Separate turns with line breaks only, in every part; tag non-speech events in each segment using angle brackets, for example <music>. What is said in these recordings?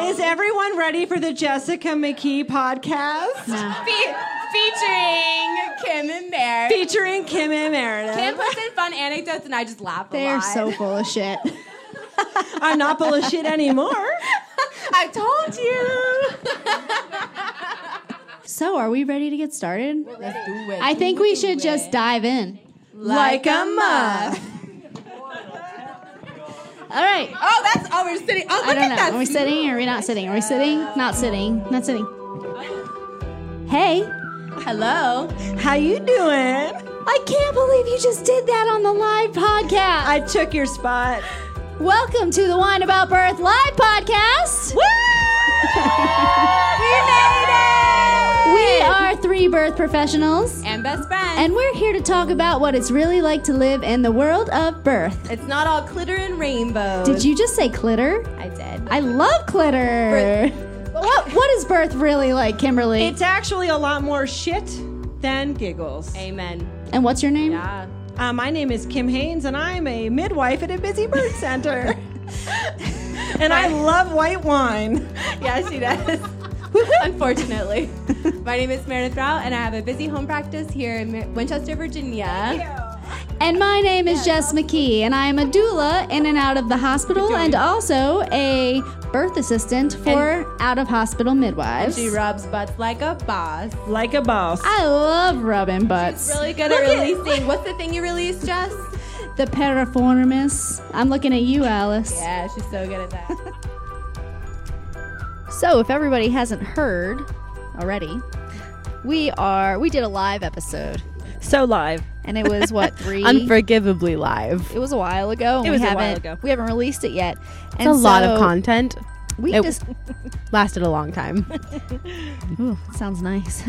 Is everyone ready for the Jessica McKee podcast?
Fe- featuring Kim and Mary.
Featuring Kim and Meredith.
Kim puts in fun anecdotes, and I just laugh.
They
a
are
lot.
so full of shit.
I'm not full of shit anymore.
I told you.
<laughs> So, are we ready to get started?
Let's do it.
I think we should just dive in.
<laughs> Like a muff.
All right.
Oh, that's oh, we're sitting. Oh,
I
look
don't
at
know.
that.
Are we sitting? Are we not sitting? Are we sitting? Not sitting. Not sitting. Hey,
Hello.
How you doing?
I can't believe you just did that on the live podcast.
I took your spot.
Welcome to the Wine About Birth live podcast.
We made it.
We are three birth professionals,
and best friends.
and we're here to talk about what it's really like to live in the world of birth.
it's not all glitter and rainbows.
Did you just say clitter?
I did.
I love clitter. What, what is birth really like, Kimberly?
It's actually a lot more shit than giggles.
Amen.
and what's your name?
Yeah.
Uh, my name is Kim Haynes, and I'm a midwife at a busy birth <laughs> center. and I love white wine.
Yeah, she does. <laughs> Unfortunately. My name is Meredith Rao, and I have a busy home practice here in Mi- Winchester, Virginia.
And my name is Jess McKee, and I am a doula in and out of the hospital, and also a birth assistant for out of hospital midwives.
She rubs butts like a boss.
Like a boss.
I love rubbing butts.
Really good at <laughs> releasing. What's the thing you release, Jess?
The piriformis. I'm looking at you, Alice.
Yeah, she's so good at that.
So, if everybody hasn't heard already, we are we did a live episode,
So live.
and it was <laughs> what three?
unforgivably live.
it was a while ago. and
It was
we
a while
haven't,
ago.
We haven't released it yet.
It's a lot of
so
content.
We
It-
just
Lasted a long time. <laughs>
Ooh, sounds nice.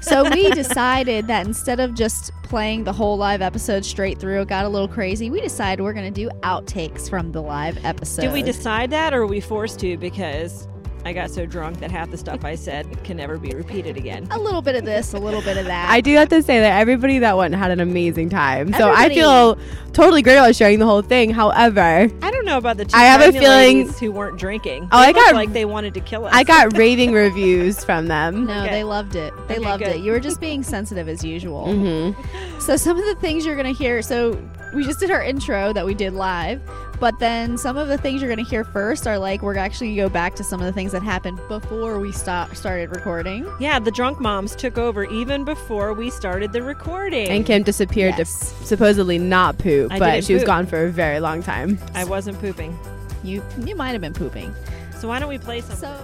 so we decided that instead of just playing the whole live episode straight through, it got a little crazy. We decided we're going to do outtakes from the live episode.
Did we decide that, or were we forced to because I got so drunk that half the stuff I said can never be repeated again?
a little bit of this, a little bit of that?
I do have to say that everybody that went had an amazing time. So
Everybody.
I feel totally great about sharing the whole thing. However,
I don't know about the two
I have a
pregnant
feeling-
ladies who weren't drinking.
Oh,
They
I got-
looked like they wanted to kill us.
I got raving reviews from them.
No,
Okay.
they loved it. They
Okay,
loved
good.
it. You were
<laughs>
just being sensitive as usual.
Mm-hmm.
So some of the things you're going to hear. So we just did our intro that we did live, but then some of the things you're going to hear first are like we're actually going to go back to some of the things that happened before we stop started recording.
yeah, the drunk moms took over even before we started the recording.
And Kim disappeared
Yes.
to supposedly not poop,
I
but
didn't
she was
poop.
gone for a very long time.
I wasn't pooping.
You you might have been pooping.
So why don't we play some?
So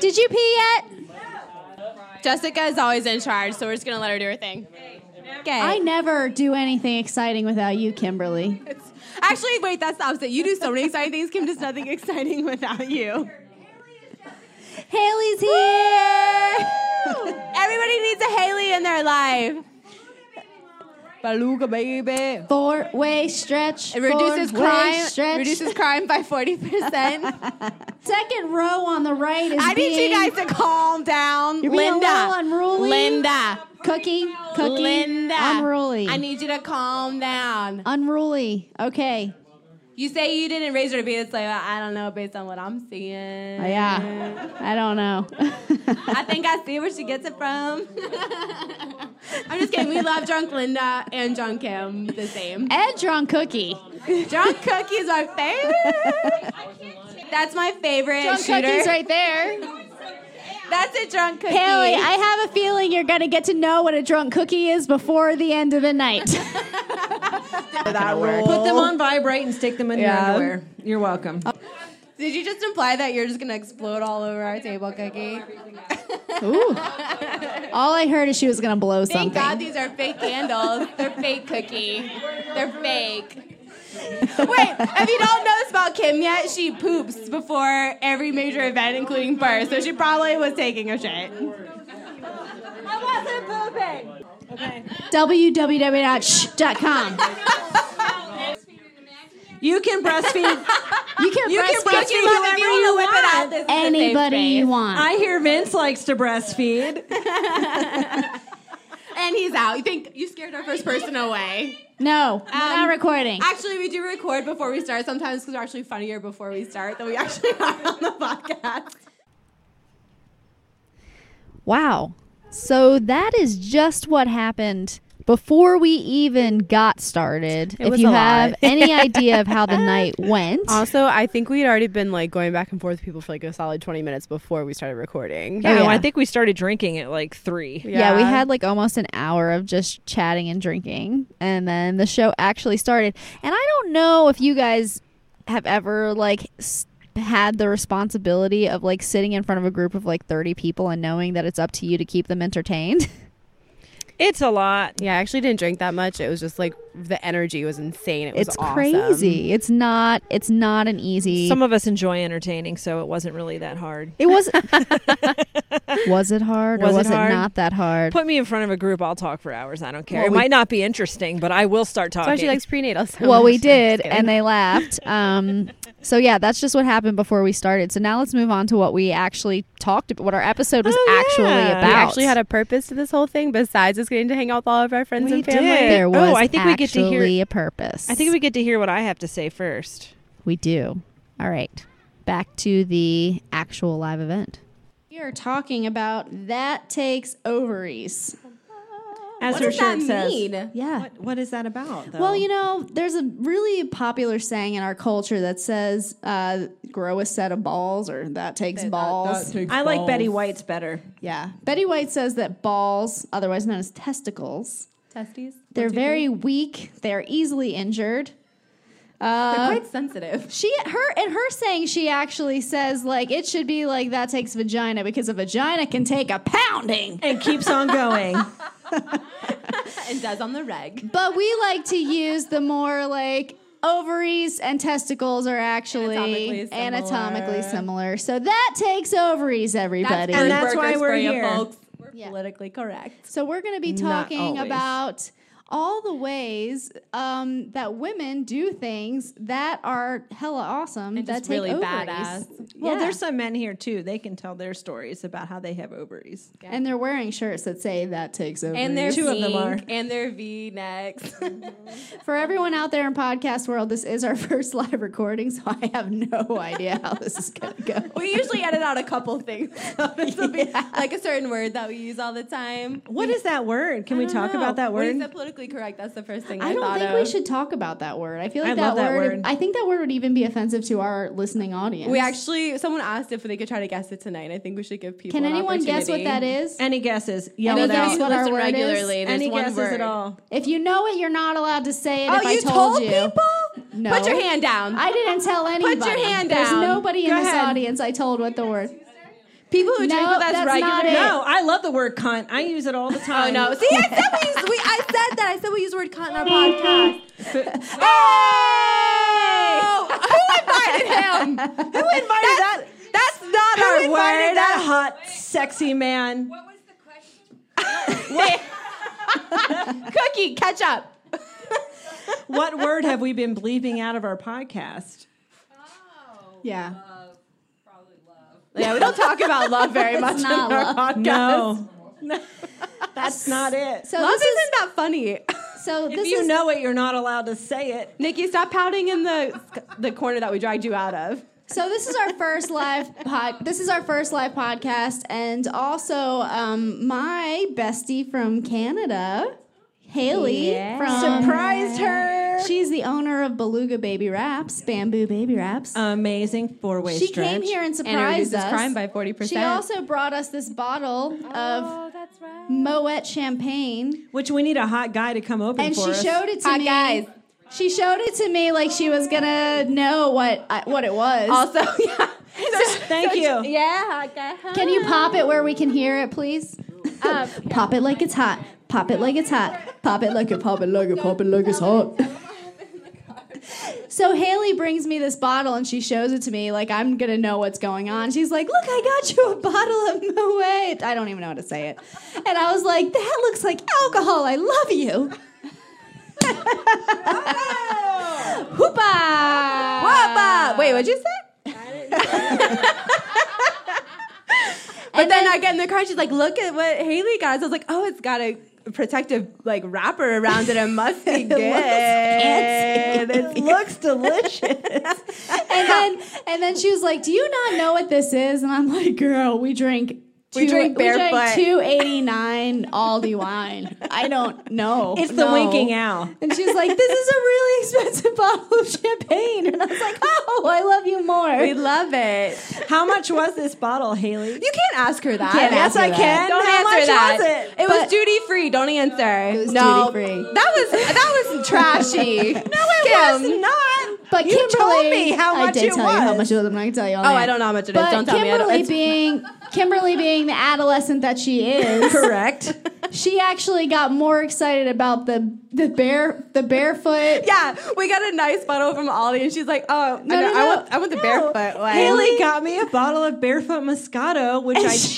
Did you pee yet?
<laughs> Jessica is always in charge, so we're just gonna let her do her thing. Okay.
I never do anything exciting without you, Kimberly.
Actually, wait, that's the opposite. You do so many exciting things. Kim does nothing <laughs> exciting without you.
Haley's here.
Everybody needs a Haley in their life. Beluga baby.
Four-way stretch.
It reduces
four-way
crime.
Stretch.
Reduces crime by forty percent.
<laughs> Second row on the right is
I need
being
you guys to calm down,
You're being a
Linda.
little unruly.
Linda.
cookie, cookie,
Linda.
unruly,
I need you to calm down.
unruly. Okay,
You say you didn't raise her to be this way. but I don't know based on what I'm seeing.
yeah, I don't know. <laughs>
I think I see where she gets it from. <laughs> I'm just kidding. We love drunk Linda and drunk Kim the same.
Edge on cookie.
Drunk Cookie is my favorite. That's my favorite
Drunk
shooter.
cookie's right
<laughs>
there.
That's a drunk cookie.
Haley, I have a feeling you're gonna get to know what a drunk cookie is before the end of the night. <laughs>
Put them on vibrate and stick them in
Oh. Yeah.
your underwear. You're welcome.
Did you just imply that you're just gonna explode all over our table, Cookie?
Ooh. All I heard is she was gonna blow
Thank
something.
God these are fake candles. They're fake, Cookie. They're fake. Wait, if you don't know this about Kim yet, she poops before every major event, including birth. So she probably was taking a shit. I wasn't pooping.
www.shh.com.
You can breastfeed.
You can
You can
breastfeed
breastfed
If you want- if you want to whip it out, this is the safe
anybody
space.
you want.
I hear Vince likes to breastfeed.
and he's out. You think you scared our first person away?
No,
Um,
we're not recording.
Actually, we do record before we start sometimes because we're actually funnier before we start than we actually <laughs> are on the podcast.
Wow. So that is just what happened before we even got started. if
was
you
a lot.
have any idea of how the night went,
Also, I think we had already been like going back and forth with people for like a solid 20 minutes before we started recording.
Oh,
Yeah, well,
yeah.
I think we started drinking at like three.
yeah. we had like almost an hour of just chatting and drinking, and then the show actually started. And I don't know if you guys have ever like s- had the responsibility of like sitting in front of a group of like 30 people and knowing that it's up to you to keep them entertained.
It's a lot.
Yeah, I actually didn't drink that much. It was just like the energy was insane. It was
it's
awesome.
crazy. It's not it's not an easy
Some of us enjoy entertaining, so it wasn't really that hard.
It
<laughs>
was. was it hard
Was
or
it
was it,
hard?
not that hard?
Put me in front of a group, I'll talk for hours. I don't care.
Well,
it
we-
might not be interesting, but I will start
That's why
talking.
she likes prenatal. So
well, we
much. I'm
did,
just kidding.
and
<laughs>
they laughed. Um, so yeah, that's just what happened before we started. So now let's move on to what we actually talked about. What our episode was
Oh,
actually
yeah. We
about.
we actually had a purpose to this whole thing besides just getting to hang out with all of our friends
We
and
did.
family.
There
Oh,
was.
I think we get to hear-
actually a purpose.
I think we get to hear what I have to say first.
we do. All right, back to the actual live event.
We are talking about that takes ovaries.
As
What does that mean?
Yeah.
What, what is that about? Though?
Well, you know, there's a really popular saying in our culture that says, uh, grow a set of balls or that takes balls.
I like Betty White's better.
yeah. Betty White says that balls, otherwise known as testicles,
Testes.
they're very weak, they're easily injured.
They're
Uh,
quite sensitive.
she her in her saying she actually says like it should be like that takes vagina because a vagina can take a pounding.
And keeps on <laughs> going.
And does on the reg.
But we like to use the more like ovaries and testicles are actually
Anatomically
anatomically similar.
similar.
So that takes ovaries, everybody.
And that's why
workers
we're
for you,
here.
folks. We're
Yeah.
politically correct.
so we're going to be
Not
talking
always.
about all the ways um, that women do things that are hella awesome
And
that
just
take
really
ovaries.
badass.
Well,
Yeah.
there's some men here too. They can tell their stories about how they have ovaries.
and they're wearing shirts that say that takes ovaries.
And they're
Two of them are.
pink, And they're V necks.
For everyone out there in podcast world, this is our <laughs> first live recording, so I have no idea how this is going to go.
<laughs> we usually edit out a couple
<laughs>
things. <laughs> So this will be like a certain word that we use all the time.
What is that word? Can we
I
talk
don't know.
about that
When
word?
you said politically correct, that's the first thing I,
I don't
thought
think
of.
we should talk about that word. I feel like
I
that,
love that
word,
word.
I think that word would even be offensive to our listening audience.
We actually, someone asked if they could try to guess it tonight. and I think we should give people.
Can
an
anyone guess what
opportunity.
that is?
Any guesses? Yell
Any
it
guess
out.
what our
Listen
word is?
regularly, there's
Any
one
guesses
word.
at all?
If you know it, you're not allowed to say it. if
Oh,
I
you
told,
told
you.
people?
No.
Put your hand down.
I didn't tell anybody.
your hand
There's
down.
nobody in
Go
this
ahead.
audience I told what the word.
people who drink
No,
<laughs> with us
that's
regularly.
not it.
No, I love the word cunt. I use it all the
Oh
time.
no! See, I said we, used, we I said that. I said we use the word cunt in our
<laughs>
podcast.
Ah!
oh!
<laughs>
Who invited him? Who invited that? That's not
Who
our
invited
word.
that hot, sexy man?
Cookie, catch up.
<laughs> What word have we been bleeping out of our podcast?
Yeah.
Yeah, we don't talk about love very much in
not
our
love.
podcast.
No. No. <laughs> That's not it.
So
Love
this
isn't
is
that funny.
so
if
this
you
is
know it, you're not allowed to say it.
Nikki, stop pouting in the the corner that we dragged you out of.
So this is our first live pod. This is our first live podcast, and also um, my bestie from Canada, Haley from surprised her. She's the owner of Beluga Baby Wraps, Bamboo Baby Wraps.
Amazing four way
she
stretch.
came here and
Um, And it
surprised
reduces
us.
crime by forty
she
percent.
also brought us this bottle of
Oh, that's right.
Moet champagne,
Which we need a hot guy to come open
and
for
she
us.
showed it to
Hot
me.
guys.
She showed it to me like she was gonna know what I, what it was.
Also, yeah.
Thank you.
Yeah, okay.
Can you pop it where we can hear it, please? pop it like it's hot. Pop it like it's hot. Pop it like it, pop it like it, pop it like it's hot. So Haley brings me this bottle and she shows it to me like I'm gonna know what's going on. She's like, "Look, I got you a bottle of Moet." I don't even know how to say it, and I was like, "That looks like alcohol. I love you." <laughs> Hoopa! Uh,
Wapa! Wait,
<laughs>
what'd you say? but then I get in the car, she's like, look at what Haley got. So I was like, oh, it's got a protective like wrapper around it. It must
<laughs>
be good. it looks delicious.
And then and then she was like, "Do you not know what this is?" And I'm like, "Girl, we drink."
We drink barefoot.
two eighty nine Aldi wine. I don't know.
It's the
No.
winking owl.
And she's like, "This is a really expensive <laughs> bottle of champagne." And I was like, "Oh, I love you more." <laughs>
<laughs> We love it.
How much was this bottle,
<laughs>
Haley?
You can't ask her that.
Can't
Yes,
ask
I
her that.
can.
Don't
How
answer
much
that.
was it?
was duty free. Don't answer.
was
no,
duty-free.
that was that was trashy. <laughs> Oh, no, it
It's not.
But
you
Kimberly,
told me how
I
much
did
it
tell
was.
you how much it was. I'm not gonna tell you.
Oh, I don't know how much it is.
But
Don't tell me. I don't-
Kimberly
it's-
being Kimberly being the adolescent that she
<laughs>
is,
Correct.
she actually got more excited about the the bare the barefoot.
Yeah, we got a nice bottle from Ollie, and she's like, "Oh, no, I, know,
no,
I
no.
want, I want the barefoot
<laughs>
one."
Haley got me a bottle of Barefoot Moscato, which I <laughs> cheers.
<laughs>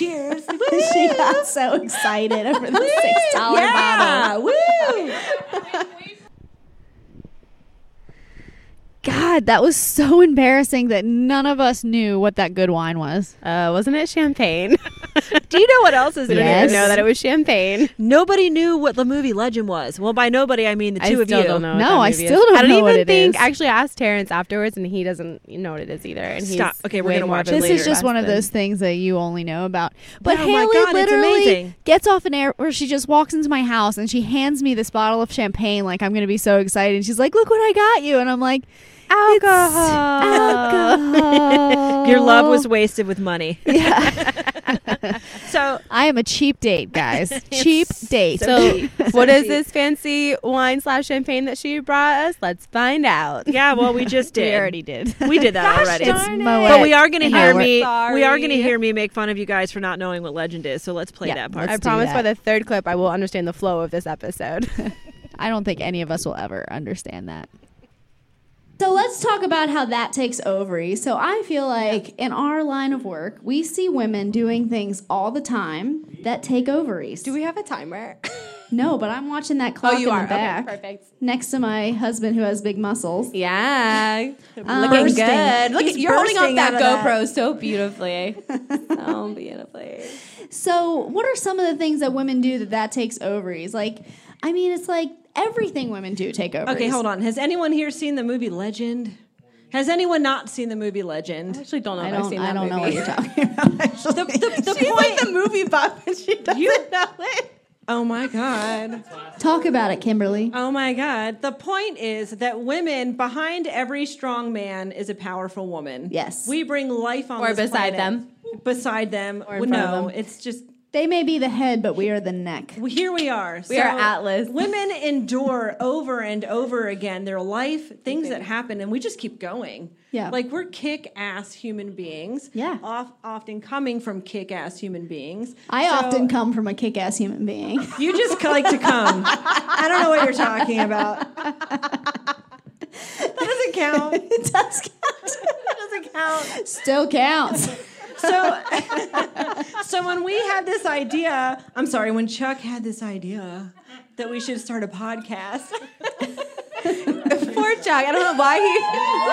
<laughs> she got so excited over
<laughs>
the six dollar bottle.
yeah, woo!
God, that was so embarrassing that none of us knew what that good wine was.
Uh, wasn't it champagne?
Do you know what else is
I
in
didn't
Yes.
even know that it was champagne.
Nobody knew what the movie Legend was. Well, by nobody, I mean the
I
two of
still
you.
don't know. what
No,
that
I
movie
still
is.
don't
I don't
know what
even
it
think.
is.
Actually, asked Terrence afterwards, and he doesn't know what it is either. And
Stop.
He's
Okay, we're
way
gonna
more
watch
of a
it
This
later.
is just
best
one of
than-
<laughs>
those things that you only know about. But
Oh my
Haley
God, it's
literally
amazing.
gets off an air or she just walks into my house and she hands me this bottle of champagne like I'm going to be so excited. And she's like, "Look what I got you." And I'm like, "It's
Ah.
alcohol."
Uh, <laughs> Your
Oh.
love was wasted with money.
Yeah.
<laughs> So
I am a cheap date,
<laughs>
guys. cheap date.
<laughs> So, what is this fancy wine slash champagne that she brought us? Let's find out.
yeah, well, we just did.
we already did.
We
<laughs>
did that already.
It's Moet.
but we are going to
and
hear
Moet.
me. We are going to
Sorry.
hear me make fun of you guys for not knowing what legend is. So let's play
Yeah,
that part.
let's
I
do
promise
that.
by the third clip, I will understand the flow of this episode. <laughs>
I don't think any of us will ever understand that.
So let's talk about how that takes ovary. So I feel like in our line of work, we see women doing things all the time that take ovaries.
Do <laughs> we have a <laughs> timer? Oh,
No, but I'm watching that clock in the back
Okay, perfect.
next to my husband who has big muscles.
<laughs> Yeah, Um, looking
Bursting.
good. Look,
He's
you're holding up
bursting
that
out of
GoPro Oh, so beautifully, so beautifully.
So, what are some of the things that women do that that takes ovaries? Like, I mean, it's like everything women do take ovaries.
Okay, hold on. Has anyone here seen the movie Legend? Has anyone not seen the movie Legend?
Actually, don't know.
I
if I've
don't,
seen
I
that
don't know what
movie.
you're talking about.
The, the, the
<laughs> She's
point.
like the movie buff, and she doesn't know it.
oh my god.
Talk about it, Kimberly.
Uh,
Oh my god. The point is that women behind every strong man is a powerful woman.
Yes.
We bring life on
Or
this
beside
planet.
them.
Beside them. Or
in front of
no,
them.
it's just
They may be the head, but we are the neck.
Well, here we are.
We are
<laughs>
Atlas. <laughs>
Women endure over and over again their life, things that happen, and we just keep going.
Yeah.
Like we're kick ass human beings.
Yeah.
Off, often coming from kick ass human beings.
I
So-
often come from a kick ass human being.
You just <laughs> like to come. I don't know what you're talking about. That doesn't count.
it does count.
Doesn't count.
Still
<laughs>
counts.
So, so when we had this idea, I'm sorry, when Chuck had this idea that we should start a podcast.
Poor Chuck. I don't know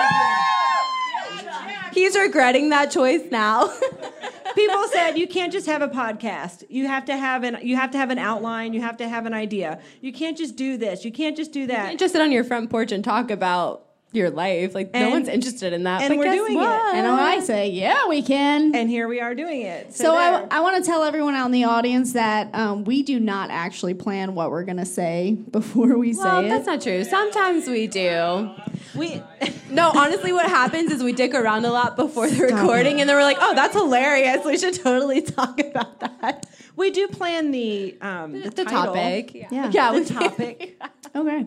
<laughs> why he. He's regretting that choice now. <laughs>
people said you can't just have a podcast. You have to have an you have to have an outline. You have to have an idea. You can't just do this. You can't just do that.
just sit on your front porch and talk about your life. Like no
And-
one's interested in that.
and
but
we're
guess
doing it.
what?
And I say, yeah, we can.
and here we are doing it. So,
So I,
there.
I want to tell everyone out in the audience that um, we do not actually plan what we're going to say before we
Well,
say it.
that's not true. Sometimes we do.
we
<laughs> No, honestly, what happens is we dick around a lot before the recording, and then we're like, "Oh, that's hilarious. We should totally <laughs> talk about that."
we do plan the um, the,
The
title.
topic,
Yeah.
yeah,
the
<laughs> we
topic.
Okay.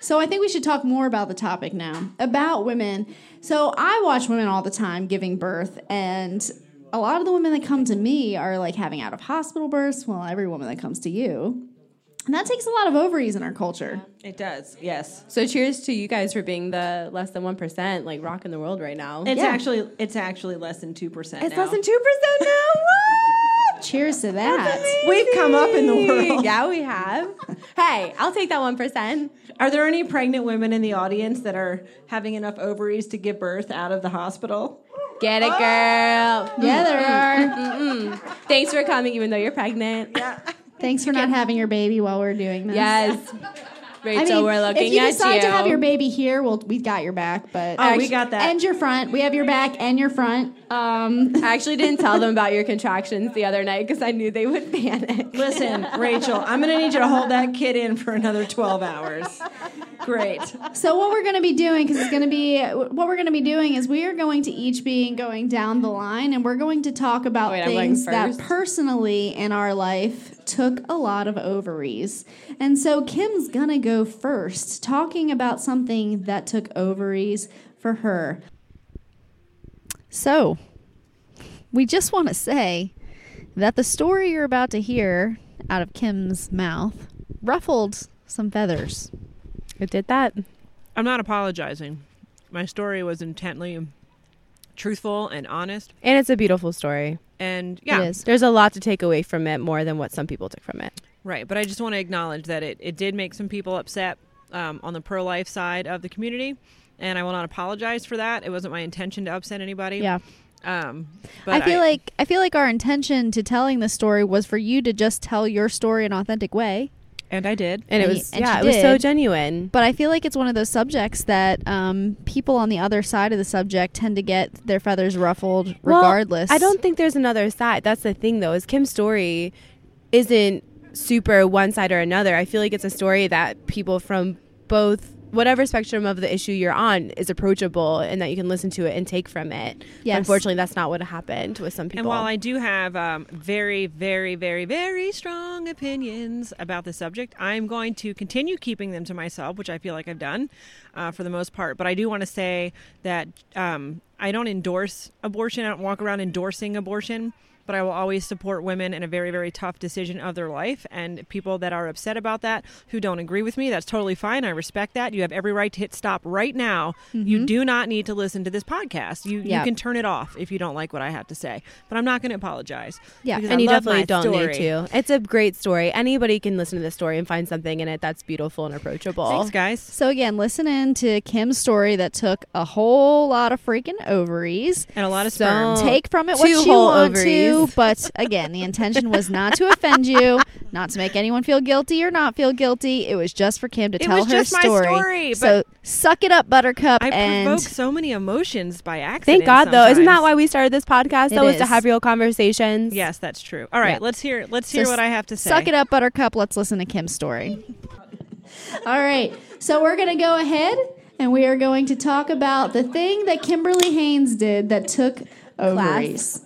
So I think we should talk more about the topic now about women. So I watch women all the time giving birth, and a lot of the women that come to me are like having out of hospital births. Well, every woman that comes to you. And that takes a lot of ovaries in our culture.
it does. Yes,
So, cheers to you guys for being the less than one percent, like rocking the world right now.
it's
Yeah.
actually it's actually less than two percent.
It's less than two percent now. What?
Cheers to that.
We've come up in the world.
<laughs> Yeah, we have. hey, I'll take that one percent.
Are there any pregnant women in the audience that are having enough ovaries to give birth out of the hospital?
Get it, girl.
Oh.
Yeah, there are.
Thanks for coming, even though you're pregnant.
Yeah.
Thanks for not having your baby while we're doing this.
Yes.
I
Rachel,
mean,
we're looking
if you
at
decide
you.
to have your baby here, well, we got your back. But
Oh, we got that.
And your front. We have your back and your front. Um,
I actually didn't tell them about your contractions the other night because I knew they would panic.
Listen, Rachel, I'm going to need you to hold that kid in for another 12 hours. Great.
So what we're going to be doing, because it's going to be what we're going to be doing is we are going to each be going down the line, and we're going to talk about
Wait, I'm going
things that
first?
personally in our life took a lot of ovaries. And so Kim's going to go first, talking about something that took ovaries for her.
So, we just want to say that the story you're about to hear out of Kim's mouth ruffled some feathers.
It did that.
I'm not apologizing. My story was intently truthful and honest.
And it's a beautiful story.
And yeah,
It is.
There's a lot to take away from it more than what some people took from it.
right. But I just want to acknowledge that it, it did make some people upset um, on the pro life side of the community. And I will not apologize for that. It wasn't my intention to upset anybody.
Yeah.
Um, but
I feel like I feel like our intention to telling the story was for you to just tell your story in an authentic way.
and I did.
And it
And
was
y- and
yeah,
she
it was so
did.
genuine.
But I feel like it's one of those subjects that um, people on the other side of the subject tend to get their feathers ruffled
Well,
regardless.
I don't think there's another side. That's the thing, though, is Kim's story isn't super one side or another. I feel like it's a story that people from both whatever spectrum of the issue you're on is approachable and that you can listen to it and take from it.
Yes.
Unfortunately, that's not what happened with some people.
And while I do have um, very, very, very, very strong opinions about the subject, I'm going to continue keeping them to myself, which I feel like I've done uh, for the most part. But I do want to say that um, I don't endorse abortion. I don't walk around endorsing abortion. But I will always support women in a very, very tough decision of their life. And people that are upset about that, who don't agree with me, that's totally fine. I respect that. You have every right to hit stop right now. You do not need to listen to this podcast. You,
Yeah.
you can turn it off if you don't like what I have to say. But I'm not going to apologize.
Yeah.
because
and
I
you
love
definitely
my
don't
story.
need to. It's a great story. Anybody can listen to this story and find something in it that's beautiful and approachable.
Thanks, guys.
So again, listen in to Kim's story that took a whole lot of freaking ovaries.
And a lot of
So-
sperm.
Oh.
Take from it what
Two
you
whole
want to,
ovaries. <laughs>
but again, the intention was not to offend you, not to make anyone feel guilty or not feel guilty. It was just for Kim to
It
tell
was
her
just my
story.
story,
so suck it up, Buttercup,
I provoke
and
so many emotions by accident.
Thank God, though. Isn't that
sometimes.
why we started this podcast?
It
though, was to
is.
have real conversations.
Yes, that's true. All right,
Yeah.
let's hear. Let's
So
hear what I have to say.
Suck it up, Buttercup. Let's listen to Kim's story.
<laughs> All right, so we're going to go ahead and we are going to talk about the thing that Kimberly Haynes did that took ovaries.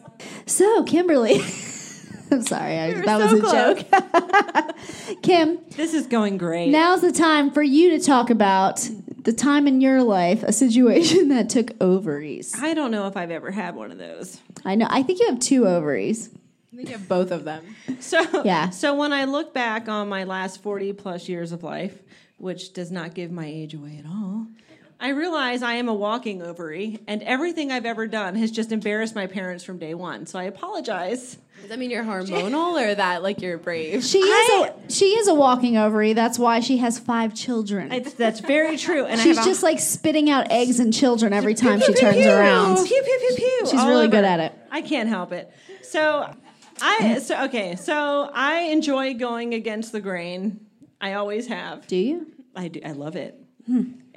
So Kimberly, <laughs> I'm sorry, I, that was a joke. <laughs> Kim,
This is going great.
Now's the time for you to talk about the time in your life, a situation <laughs> that took ovaries.
I don't know if I've ever had one of those. <laughs>
I know. I think you have two ovaries.
Both of them.
So
Yeah.
So when I look back on my last forty plus years of life, which does not give my age away at all, I realize I am a walking ovary, and everything I've ever done has just embarrassed my parents from day one. So I apologize.
Does that mean you're hormonal or that like you're brave?
She is a she is a walking ovary. That's why she has five children.
It's, that's very true. And
She's
I have a-
just like spitting out eggs and children every time she
Pew, pew,
turns
pew.
around.
Pew, pew, pew, pew,
She's
all
really good
over.
at it.
I can't help it. So I so okay. So I enjoy going against the grain. I always have.
Do you?
I do. I love it.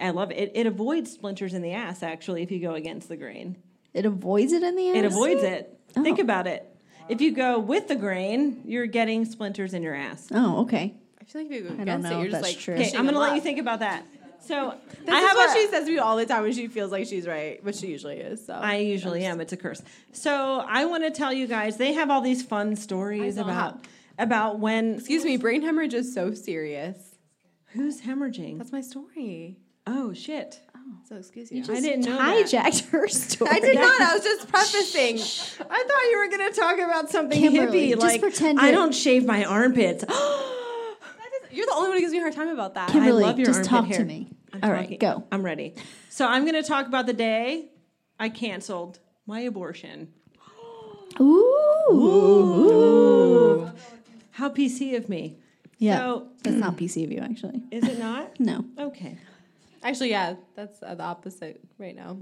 I love it. it. It avoids splinters in the ass. Actually, if you go against the grain,
It avoids it in the end.
it avoids it.
Oh.
Think about it. If you go with the grain, you're getting splinters in your ass.
Oh, okay.
I feel like if you go
don't
against it,
know
you're
if
just
that's
like
true.
Okay,
pushing
I'm gonna
them
let you
up.
think about that. So
This
I
is
have
what
a,
she says to me all the time when she feels like she's right, which she usually is. So
I usually am. It's a curse. So I want to tell you guys. They have all these fun stories
I don't
about about when
Excuse me, brain hemorrhage is so serious.
who's hemorrhaging.
That's my story.
Oh shit!
So excuse you.
I didn't know that.
Hijacked her story.
I did not. I was just prefacing.
I thought you were going to talk about something
Kimberly,
hippie,
just
like
pretend
I
you're-
don't shave my armpits.
You're the only one who gives me a hard time about that.
Kimberly,
I love your
just
armpit
talk to
hair.
me.
I'm
All right,
talking-
go.
I'm ready. So I'm going to talk about the day I canceled my abortion.
Ooh.
How PC of me.
Yeah.
So Oh.
That's not PC of you, actually.
is it not?
No.
Okay.
Actually, yeah, that's uh, the opposite right now.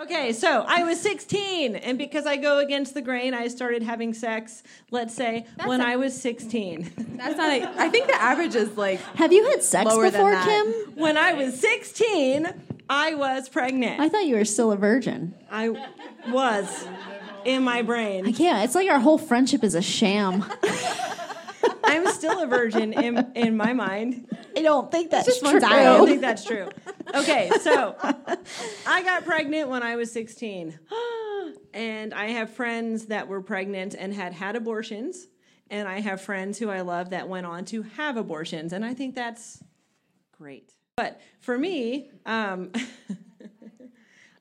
Okay, so I was 16, and because I go against the grain, I started having sex, let's say, when I was 16.
That's not. A, I think the average is like
Have you had sex
Lower than
before,
that.
Kim?
<laughs> when I was 16, I was pregnant.
I thought you were still a virgin.
I was in my brain.
Yeah, it's like our whole friendship is a
<laughs>
sham.
I'm still a virgin in, in my mind.
I don't think that's
I
<laughs>
don't think that's true. Okay, so I got pregnant when I was 16. <gasps> And I have friends that were pregnant and had had abortions. And I have friends who I love that went on to have abortions. And I think that's great. But for me, um,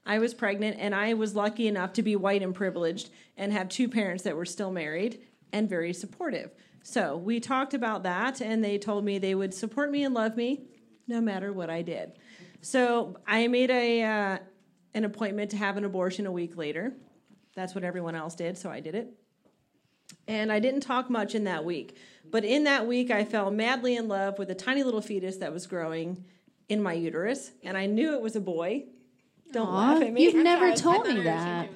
I was pregnant and I was lucky enough to be white and privileged and have two parents that were still married and very supportive. So we talked about that and they told me they would support me and love me no matter what I did. So I made a uh, an appointment to have an abortion a week later. That's what everyone else did, so I did it. And I didn't talk much in that week. But in that week, I fell madly in love with a tiny little fetus that was growing in my uterus. And I knew it was a boy. Don't laugh at me.
You've never told me that.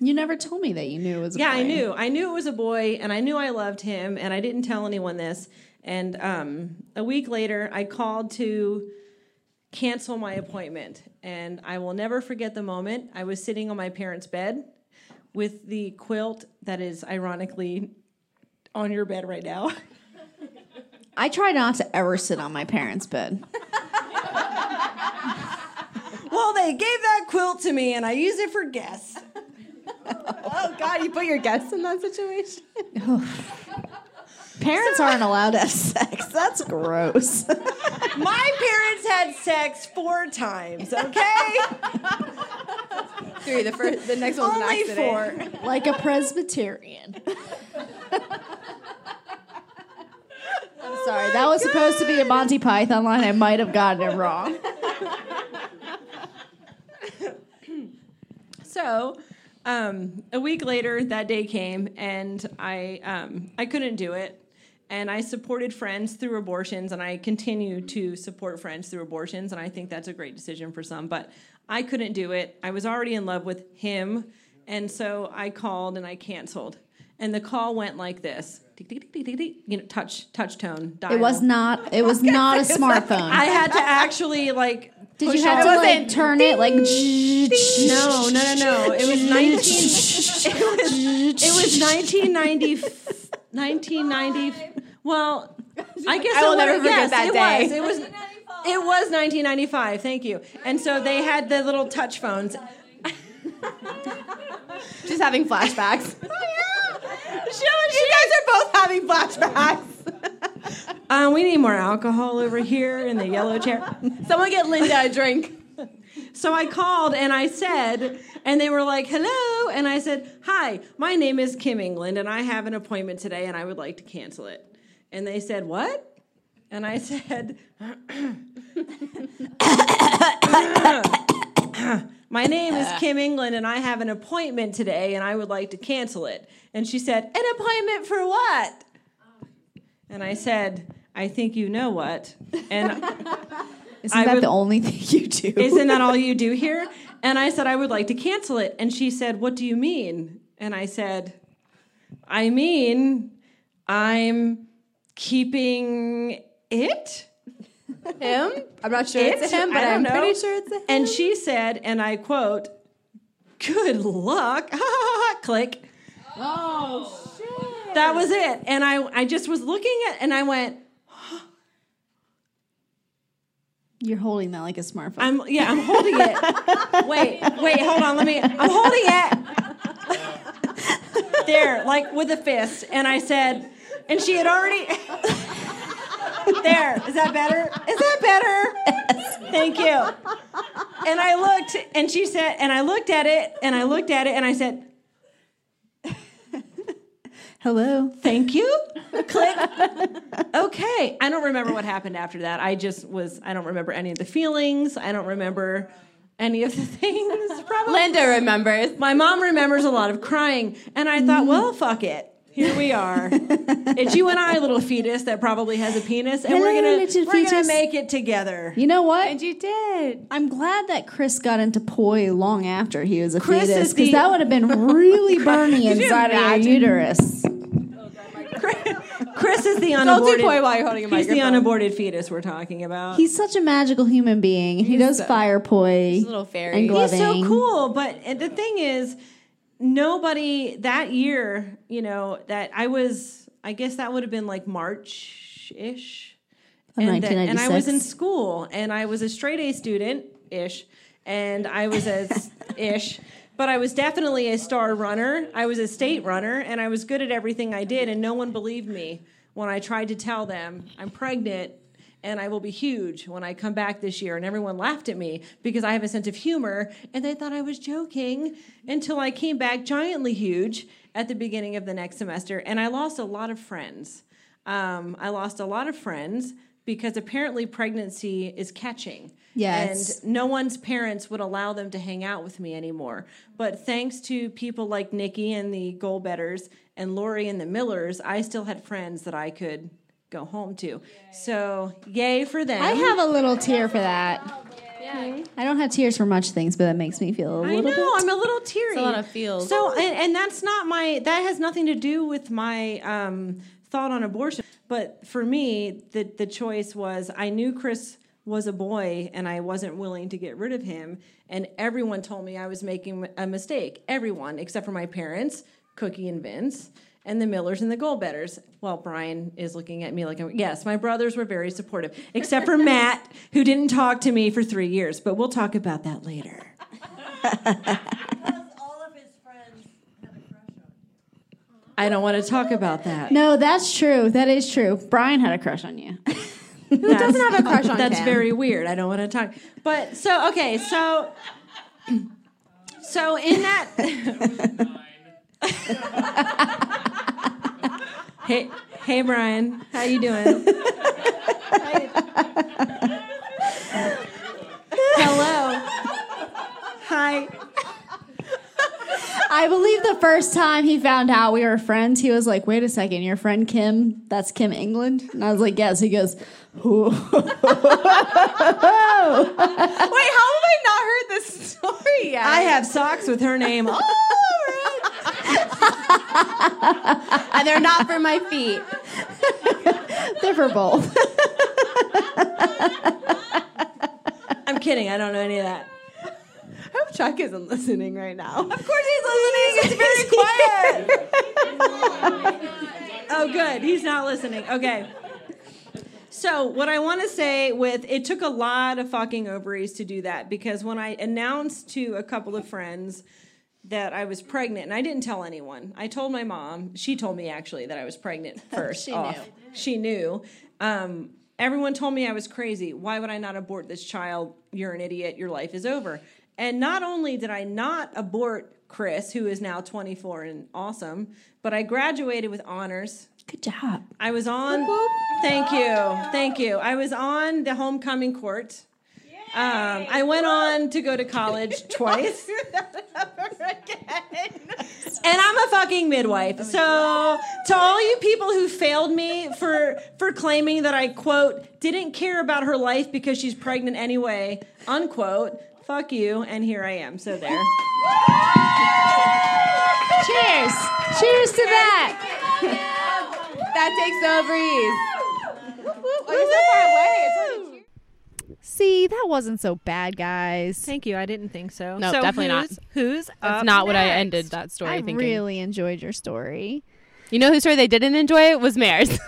You never told me that you knew it was. A
Yeah, I
boy.
knew. I knew it was a boy, and I knew I loved him, and I didn't tell anyone this. And um, a week later, I called to cancel my appointment, and I will never forget the moment. I was sitting on my parents' bed with the quilt that is ironically on your bed right now. <laughs>
I try not to ever sit on my parents' bed.
well, they gave that quilt to me, and I use it for guests.
<laughs> Oh God, you put your guests in that situation.
Parents aren't allowed to have sex. That's gross.
My parents had sex four times, okay?
Three. The first. The next one's an
Only
accident.
four.
like a Presbyterian. I'm sorry. that was supposed to be a Monty Python line. I might have gotten it wrong.
So, um, a week later, that day came, and I um, I couldn't do it. And I supported friends through abortions, and I continue to support friends through abortions, and I think that's a great decision for some. But I couldn't do it. I was already in love with him, and so I called and I canceled. And the call went like this: Tick, tick, tick, tick, tick, tick. you know, touch touch tone. Dial.
It was not. It was not a smartphone.
I had to actually like.
Did
push
you have
off-
to like turn it like?
<laughs>
no, no, no, no. It was 19. It was, it was 1990. 1990. Well, I guess
I will
it
never
was,
forget
yes,
that
it
day.
Was, it was. It was 1995. Thank you. And so they had the little touch phones.
<laughs> Just having
<laughs>
flashbacks.
Oh,
you guys are both having flashbacks.
<laughs> Um, we need more alcohol over here in the yellow chair.
Someone get Linda a drink.
So I called and I said, and they were like, hello. And I said, hi, my name is Kim England and I have an appointment today and I would like to cancel it. And they said, what? And I said, my name is Kim England and I have an appointment today and I would like to cancel it. And she said, an appointment for what? And I said, I think you know what. And
Isn't
I
that
would-
the only thing you do?
isn't that all you do here? And I said, I would like to cancel it. And she said, What do you mean? And I said, I mean, I'm keeping it.
Him? I'm not sure
It?
it's him, but
I
I'm
don't know.
pretty sure it's him.
And she said, and I quote, Good luck. <laughs> Click.
Oh shit.
That was it. And I, I just was looking at and I went,
You're holding that like a smartphone.
I'm yeah, I'm holding it. wait, wait, hold on, let me I'm holding it. there, like with a fist. And I said, and she had already There, is that better? Is that better? Thank you. And I looked and she said and I looked at it and I looked at it and I said,
Hello.
Thank you. Click. Okay. I don't remember what happened after that. I just was I don't remember any of the feelings. I don't remember any of the things probably.
Linda remembers. Mm-hmm.
My mom remembers a lot of crying, and I thought, well, fuck it. Here we are. it's you and I, little fetus, that probably has a penis, and we're
Hello,
gonna
little
we're gonna
fetus.
make it together.
You know what?
And you did.
I'm glad that Chris got into poi long after he was a
Chris
fetus
is the-
because that would have been really burning inside of your uterus.
Chris is the
Don't do poi
unaborted.
while you're holding a
He's the
microphone.
unaborted fetus we're talking about.
He's such a magical human being. He does fire poi.
a little fairy.
And
He's
gloving.
He's so cool. But and the thing is, nobody that year, you know, that I was, I guess that would have been like March ish. And, that- and I was in
1996.
school and I was a straight A student ish. And I was as <laughs> ish. But I was definitely a star runner. I was a state runner and I was good at everything I did. And no one believed me when I tried to tell them I'm pregnant and I will be huge when I come back this year. And everyone laughed at me because I have a sense of humor and they thought I was joking until I came back giantly huge at the beginning of the next semester. And I lost a lot of friends. Um, I lost a lot of friends because apparently pregnancy is catching.
Yes.
And no one's parents would allow them to hang out with me anymore. But thanks to people like Nikki and the Goalbetters and Lori and the Millers, I still had friends that I could go home to. So yay for them.
I have a little tear for that. I don't have tears for much things, but that makes me feel a
I know,
little bit.
I'm a little teary.
a lot of feels.
So and, and that's not my that has nothing to do with my um, thought on abortion. But for me, the the choice was I knew Chris was a boy and I wasn't willing to get rid of him and everyone told me I was making a mistake. Everyone except for my parents, Cookie and Vince. And the Millers and the Goldbetters. Well, Brian is looking at me like, I'm- yes, my brothers were very supportive, except <laughs> for Matt, who didn't talk to me for three years. But we'll talk about that later. I don't want to talk about that.
No, that's true. That is true. Brian had a crush on you.
Who doesn't have a crush
<laughs> on
That's
Tim?
very weird. I don't want to talk. But so okay, so so in that <laughs> Hey hey Brian, how you doing? Hello. Hi.
I believe the first time he found out we were friends, he was like, "Wait a second, your friend Kim? That's Kim England?" And I was like, "Yes." He goes, "Who?"
Wait, how have I not heard this story yet?
I have socks with her name all over it.
and they're not for my feet.
They're for both.
<laughs>
I'm kidding. I don't know any of that.
I hope Chuck isn't listening right now.
Of course he's listening.
<laughs>
It's very quiet. oh, good. He's not listening. Okay. So, what I want to say with it took a lot of fucking ovaries to do that because when I announced to a couple of friends that I was pregnant, and I didn't tell anyone, I told my mom. She told me actually that I was <laughs> pregnant first. she Knew. She knew. Um, everyone told me I was crazy. Why would I not abort this child? You're an idiot. Your life is over. And not only did I not abort Chris, who is now 24 and awesome, but I graduated with honors.
Good job.
I was on. Thank you, thank you. I was on the homecoming court. Um, I went on to go to <laughs> college twice. and I'm a fucking midwife. So to all you people who failed me for for claiming that I quote didn't care about her life because she's pregnant anyway, unquote, fuck you. And here I am. So there.
Cheers. Cheers to
<laughs>
that.
That takes the ovaries. Oh, you're so far away. It's hard to cheer.
See, that wasn't so bad, guys.
Thank you. I didn't think so.
No,
So
definitely not.
who's- Who's
That's
up
not what I
next?
ended that story
I
thinking.
really enjoyed your story.
you know whose story they didn't enjoy was Mare's.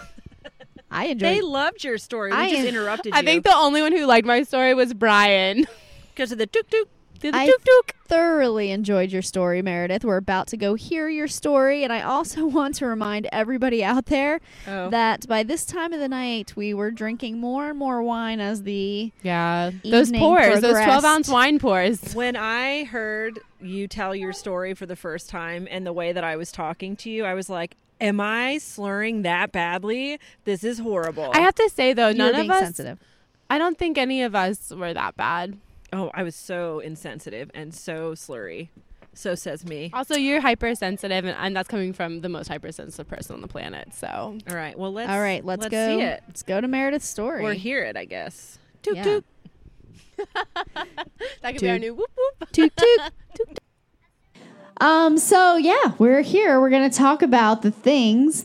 I enjoyed.
They loved your story. We
I
just
am-
interrupted
I
you
think the only one who liked my story was Brian. <laughs>
because of the tuk tuk.
Did the
I
tuk tuk.
thoroughly enjoyed your story, Meredith. We're about to go hear your story, and I also <laughs> want to remind everybody out there that by this time of the night, we were drinking more and more wine as the
Yeah, those
Evening
pours, those
progressed.
twelve ounce wine pours.
<laughs> When I heard you tell your story for the first time and the way that I was talking to you, I was like, Am I slurring that badly? This is horrible.
I have to say though,
you were
none
being
of us.
sensitive.
I don't think any of us were that bad.
oh, I was so insensitive and so slurry. So says me.
Also, you're hypersensitive, and, and that's coming from the most hypersensitive person on the planet. So
All right. Well, let's.
All right, let's,
let's
go.
see it
Let's go to Meredith's story.
or hear it, I guess. Toot
Yeah.
toot.
that could be our
<laughs> Dude.
new whoop whoop.
toot toot.
Um, so yeah,
We're here. We're going to talk about the things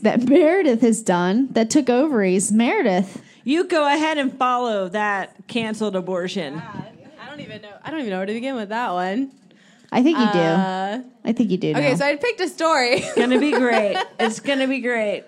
<laughs>
that Meredith has done that took ovaries. Meredith,
You go ahead and follow that canceled abortion.
I don't even know. I don't even know where to begin with that one.
I think you do.
Uh,
I think you do.
okay,
know.
so I picked
<laughs>
a story.
Gonna be great. it's gonna be great.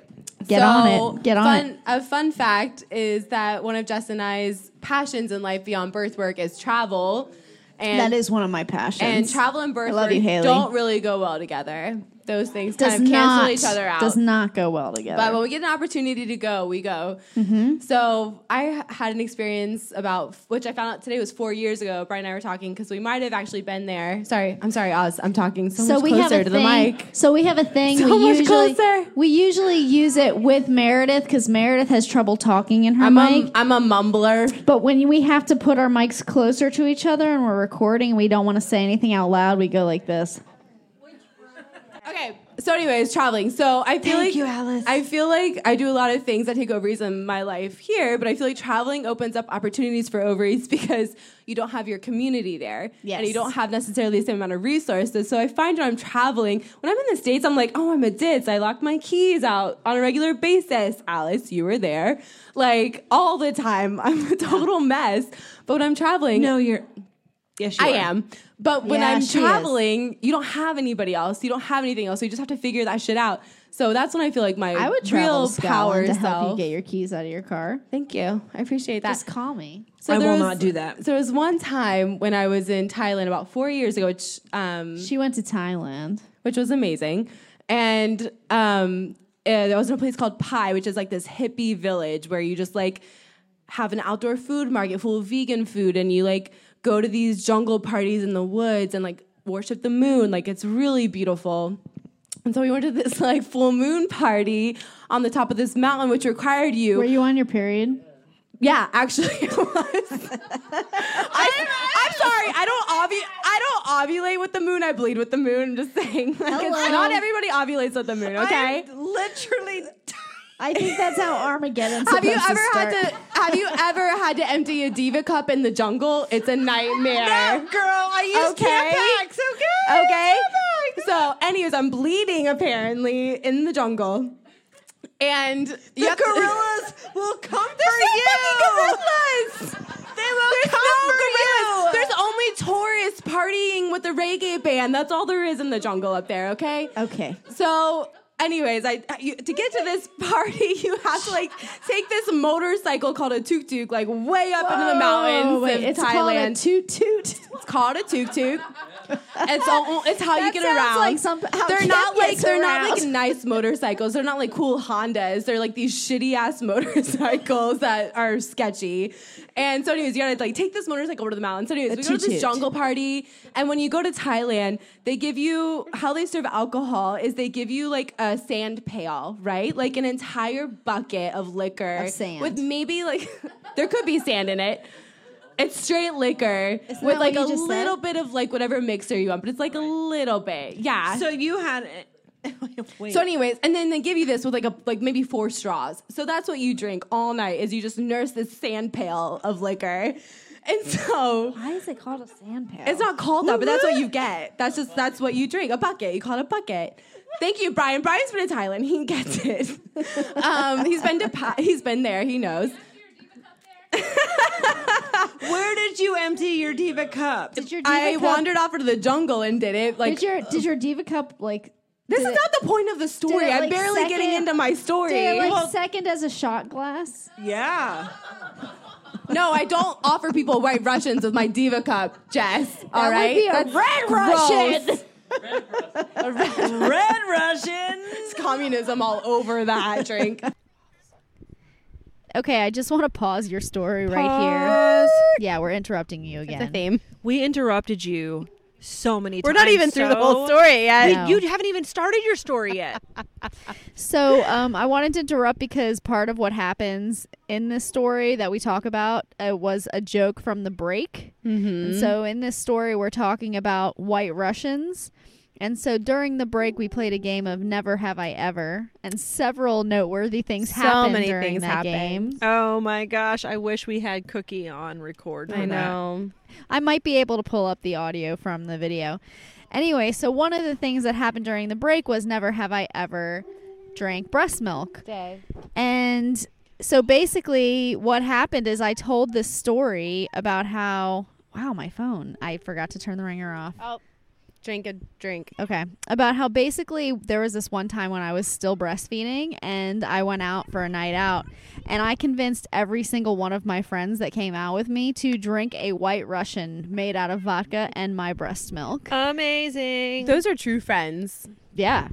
get
so
on it. Get on
fun,
it.
A fun fact is that one of Jess and I's passions in life beyond birth work is travel. And
that is one of my passions.
and travel and birth
I love
work
you, Haley.
don't really go well together. Those things
does
kind of
not
cancel each other out.
Does not go well together.
But when we get an opportunity to go, we go.
Mm-hmm.
So I had an experience about which I found out today was four years ago. Brian and I were talking because we might have actually been there. Sorry, I'm sorry, Oz. I'm talking so,
so
much
we
closer
have a
to the
thing.
mic.
So we have a thing.
So
we
much
usually
closer.
we usually use it with Meredith because Meredith has trouble talking in her
I'm um,
mic.
a, I'm a mumbler.
But when we have to put our mics closer to each other and we're recording, and we don't want to say anything out loud. We go like this.
Okay. So, anyways, traveling. So I feel like
you, Alice.
I feel like I do a lot of things that take ovaries in my life here, but I feel like traveling opens up opportunities for ovaries <laughs> because you don't have your community there, and
Yes.
you don't have necessarily the same amount of resources. So I find when I'm traveling, when I'm in the states, I'm like, oh, I'm a ditz. I lock my keys out on a regular basis. Alice, you were there, like all the time. <laughs> I'm a total mess. But when I'm traveling,
No, you're. Yes, you
I
are.
am. But when
Yeah,
I'm
she is.
traveling, you don't have anybody else. You don't have anything else. So you just have to figure that shit out. So that's when I feel like my
I would travel
real
to
power
Scotland to help you
self.
get your keys out of your car.
Thank you. I appreciate that.
Just call me.
So
I
there
will
was-
not do that.
There was one time when I was in Thailand about four years ago, which um,
She went to Thailand.
which was amazing. And um, uh, I was in a place called Pi, which is like this hippie village where you just like have an outdoor food market full of vegan food, and you like go to these jungle parties in the woods and like worship the moon. Like it's really beautiful. And so we went to this <laughs> like full moon party on the top of this mountain, which required you.
Were you on your period?
Yeah, actually, <laughs> it
<laughs>
was. I, am sorry. I don't ovu- I don't ovulate with the moon. I bleed with the moon. I'm just saying. <laughs> Like, it's-
Hello.
not everybody ovulates with the moon. Okay.
<laughs> Literally.
I think that's how <laughs> Armageddon's
<laughs> Have you
supposed
ever
start.
had to? <laughs> Have you ever had to empty a diva cup in the jungle? It's
<laughs>
a nightmare.
Girl, I used
Okay.
Tampax, okay?
okay.
Oh
So, anyways, I'm bleeding apparently in the jungle, and you
The
have to- <laughs>
gorillas will come for
There's
you.
no fucking gorillas.
They will
There's
come
no
for
gorillas.
you.
There's only tourists partying with the reggae band. That's all there is in the jungle up there. Okay.
Okay.
So, anyways, I you, to get to this party, <laughs> you have to like take this motorcycle called a tuk tuk, like way up into the mountains
Oh, wait,
of
it's
Thailand.
called a toot toot.
it's called a tuk tuk. It's all, it's how
That
you get
sounds
around.
like some- how
they're
Ken
not like
gets
they're not like
around.
nice motorcycles. They're not like cool Hondas. They're like these shitty ass <laughs> motorcycles that are sketchy. And so, anyways, you gotta like take this motorcycle over to the mountains. So, anyways, we go to
toot-toot.
this jungle party, and when you go to Thailand, they give you how they serve alcohol is they give you like a sand pail, right? Like an entire bucket of liquor
Of sand.
with maybe like <laughs> there could be sand in it. <laughs> It's straight liquor with
that
like a
what you just said?
little bit of like whatever mixer you want, but it's like a little bit. Yeah.
So
So,
you had
<laughs>
Wait.
so anyways, and then they give you this with like a like maybe four straws. So that's what you drink all night is you just nurse this sand pail of liquor. And so
Why is it called a sand pail?
it's not called that, but that's what you
<laughs>
get. That's just that's what you drink. A bucket. You call it a bucket. Thank you, Brian. Brian's been to Thailand. He gets it.
<laughs>
Um, he's been to Pa- he's been there. He knows.
Where did you empty your diva cup?
did your diva
I
cup,
wandered off into the jungle and did it. Like
Did your did your diva cup like?
This
Did
is
it-
not the point of the story.
did it,
I'm
like,
barely
second-
getting into my story.
Did it like
Well,
second as a shot glass?
Yeah.
no, I don't offer people white Russians with my diva cup, Jess.
That
All right,
would be a red Russian.
gross.
Red Russian.
It's communism all over that drink.
Okay, I just want to pause your story right
Pause.
here. Yeah, we're interrupting you again.
The theme.
We interrupted you so many
We're
times.
not even through the
so-
whole story yet.
We-
No.
You haven't even started your story yet.
So um, I wanted to interrupt because part of what happens in this story that we talk about uh, was a
Mm-hmm.
joke from the break. And so in this story, we're talking about white Russians. And so during the break, we played a game of Never Have I Ever, and several noteworthy things
So
happened
many
during
things
that
happened.
game.
Oh my gosh! I wish we had Cookie on record. for
I
that.
know.
I might be able to pull up the audio from the video. Anyway, so one of the things that happened during the break was Never Have I Ever drank breast milk. And so basically, what happened is I told this story about how, wow, my phone, I forgot to turn the ringer off.
Drink a drink.
Okay. About how basically there was this one time when I was still breastfeeding and I went out for a night out and I convinced every single one of my friends that came out with me to drink a white Russian made out of vodka and my breast milk.
Amazing.
Those are true friends.
yeah.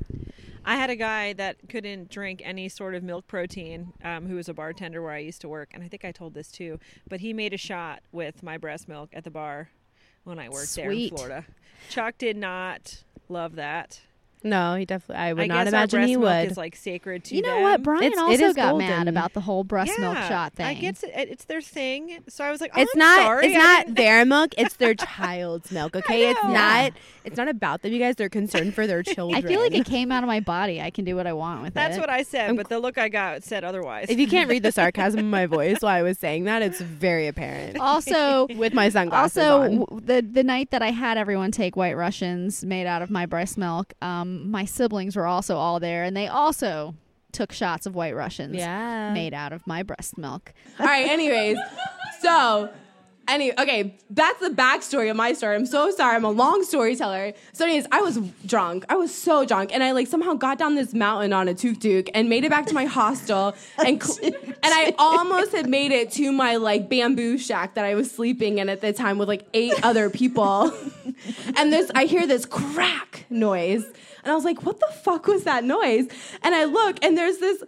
I had a guy that couldn't drink any sort of milk protein um, who was a bartender where I used to work. And I think I told this too, but he made a shot with my breast milk at the bar when I worked there in
Sweet.
Florida. Chuck did not love that.
No, he definitely. I would
I
not
guess
imagine
our breast
he
milk
would.
is like sacred to
you know
them.
what? Brian
It's- it
also
is
got mad
golden.
about the whole breast milk
Yeah,
shot thing.
I guess it, it's their thing. So I was like, oh,
It's
I'm
not.
sorry,
It's
I
not
didn't-
their milk. It's their child's milk. Okay. It's
know.
not. It's not about them. You guys are concerned for their children.
I feel like it came out of my body. I can do what I want with
That's
it.
what I said, but the look I got said otherwise.
If you can't read the sarcasm in my voice while I was saying that, it's very apparent.
also,
With my sunglasses
also
on.
w- the the night that I had everyone take White Russians made out of my breast milk, um, my siblings were also all there, and they also took shots of White Russians
Yeah.
made out of my breast milk.
All right. Anyways, so any okay, that's the backstory of my story. I'm so sorry. I'm a long storyteller. So, anyways, I was drunk. I was so drunk, and I like somehow got down this mountain on a tuk-tuk and made it back to my hostel, and cl- and I almost had made it to my like bamboo shack that I was sleeping in at the time with like eight other people, <laughs> and this I hear this crack noise. And I was like, what the fuck was that noise? And I look, and there's this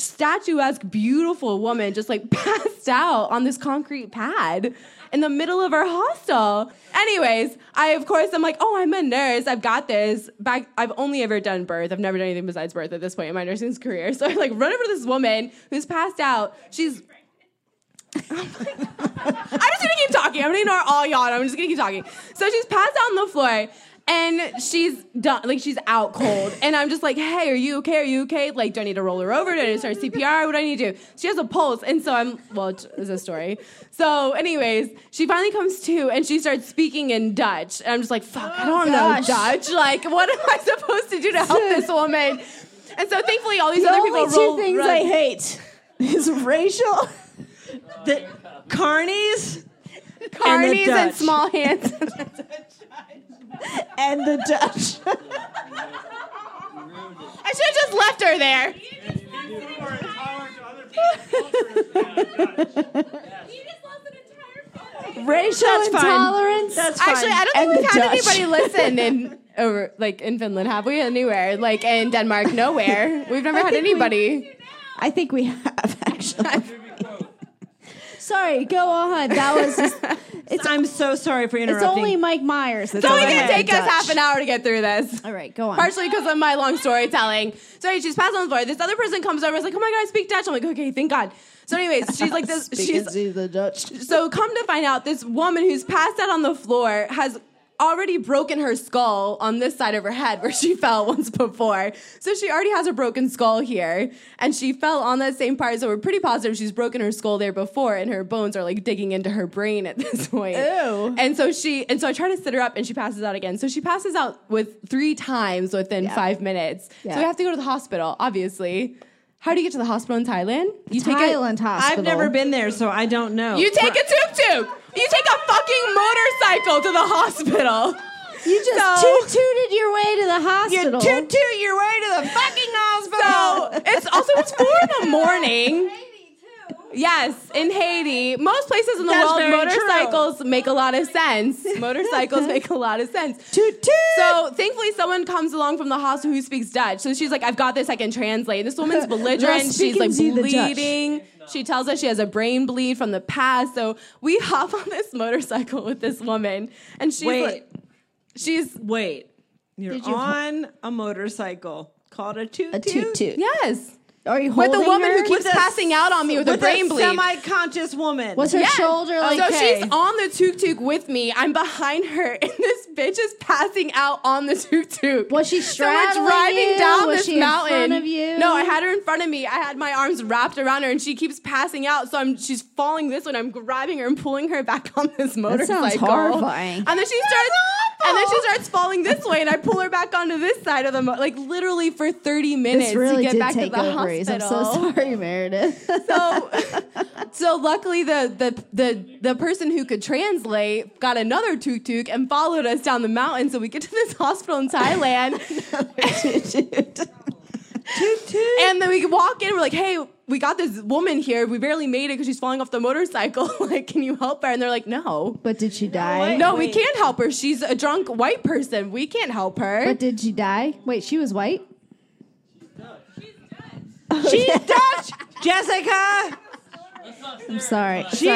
statuesque, beautiful woman just like <laughs> passed out on this concrete pad in the middle of our hostel. Anyways, I, of course, I'm like, oh, I'm a nurse. I've got this. Back, I've only ever done birth. I've never done anything besides birth at this point in my nursing's career. <laughs> So I like run over to this woman who's passed out. She's I'm just gonna keep talking. I'm gonna ignore all y'all. And I'm just gonna keep talking. So she's passed out on the floor, and she's done. Like she's out cold, and I'm just like, "Hey, are you okay? Are you okay? Like, do I need to roll her over? Do I need to start CPR? What do I need to do?" She has a pulse, and so I'm. Well, it's it's a story. So, anyways, she finally comes to, and she starts speaking in Dutch, and I'm just like, "Fuck,
Oh,
I don't
gosh.
know Dutch. Like, what am I supposed to do to help
<laughs>
this woman?" And so, thankfully, all these
The
other
only
people
two
roll.
things
run-
I hate is racial.
<laughs> the carnies.
Carnies
and the
and
Dutch.
small hands. <laughs>
and the Dutch.
I should have just left her there.
Racial intolerance. That's fine.
Actually, I don't think
And
we've
the
had
Dutch.
anybody listen in
<laughs>
over like in Finland, have we? Anywhere? Like in Denmark, nowhere. We've never had anybody.
I think we have actually. Sorry, go on. That was
<laughs>
just,
I'm so sorry for
it's
interrupting.
only Mike Myers. That's
It's only
all I
gonna
had
take us
Dutch.
half an hour to get through this.
All right, go on.
Partially because of my long storytelling. So anyway, she's passed on the floor. This other person comes over. Is like, oh my god, I speak Dutch. I'm like, okay, thank God. So anyways, she's like <laughs> this.
Speaking
she's
to the Dutch.
so come to find out this woman who's passed out on the floor has already broken her skull on this side of her head where she <laughs> fell once before so she already has a broken skull here and she fell on that same part so we're pretty positive she's broken her skull there before and her bones are like digging into her brain at <laughs> this point
Ew.
and so she and so i try to sit her up and she passes out again so she passes out with three times within five minutes so
Yeah.
we have to go to the hospital obviously how do you get to the hospital in thailand you take a-
Thailand hospital.
I've never been there, so I don't know.
you take a tuk tuk. You take a fucking motorcycle to the hospital.
You just
So-
toot tooted your way to the hospital.
toot your way to the fucking hospital.
<laughs> So it's also it's four in the morning. Yes, in Haiti, most places in the
That's
world,
very true.
motorcycles make a lot of sense. Motorcycles make a lot of sense.
toot toot.
So thankfully, someone comes along from the hospital who speaks Dutch. So she's like, "I've got this. I can translate." This woman's belligerent. She's
speaking
like
to the Dutch.
bleeding. She tells us she has a brain bleed from the past. So we <laughs> hop on this motorcycle with this woman, and she's
Wait.
like, she's
Wait, you're on a motorcycle called a toot
a toot toot.
yes.
Are you
With
holding
the woman
her?
who keeps passing out on me with, a brain bleed.
Semi-conscious woman.
was her
Yes.
shoulder like?
so she's on the tuk tuk with me. I'm behind her <laughs> in this bitch is passing out on the tuk tuk.
Was she
So we're
straddling
driving
you?
down
Was
this
she in
mountain.
front of you?
No, I had her in front of me. I had my arms wrapped around her, and she keeps passing out. So I'm she's falling this way. and I'm grabbing her and pulling her back <laughs> on this motorcycle.
horrifying.
And then she starts. And then she starts falling this way, and I pull her back onto this side of the mo- like literally for thirty minutes
This really
to get
did
back
take
to the
ovaries.
hospital
I'm so <laughs> sorry,
<laughs>
Meredith.
so so luckily the, the the the person who could translate got another tuk tuk and followed us down the mountain so we get to this hospital in Thailand and then we walk in we're like hey we got this woman here we barely made it because she's falling off the motorcycle <laughs> like can you help her and they're like no
but did she die?
no we can't help her she's a drunk white person we can't help her
But did she die? Wait, she was white.
She's Dutch, Jessica.
I'm sorry.
Jesus.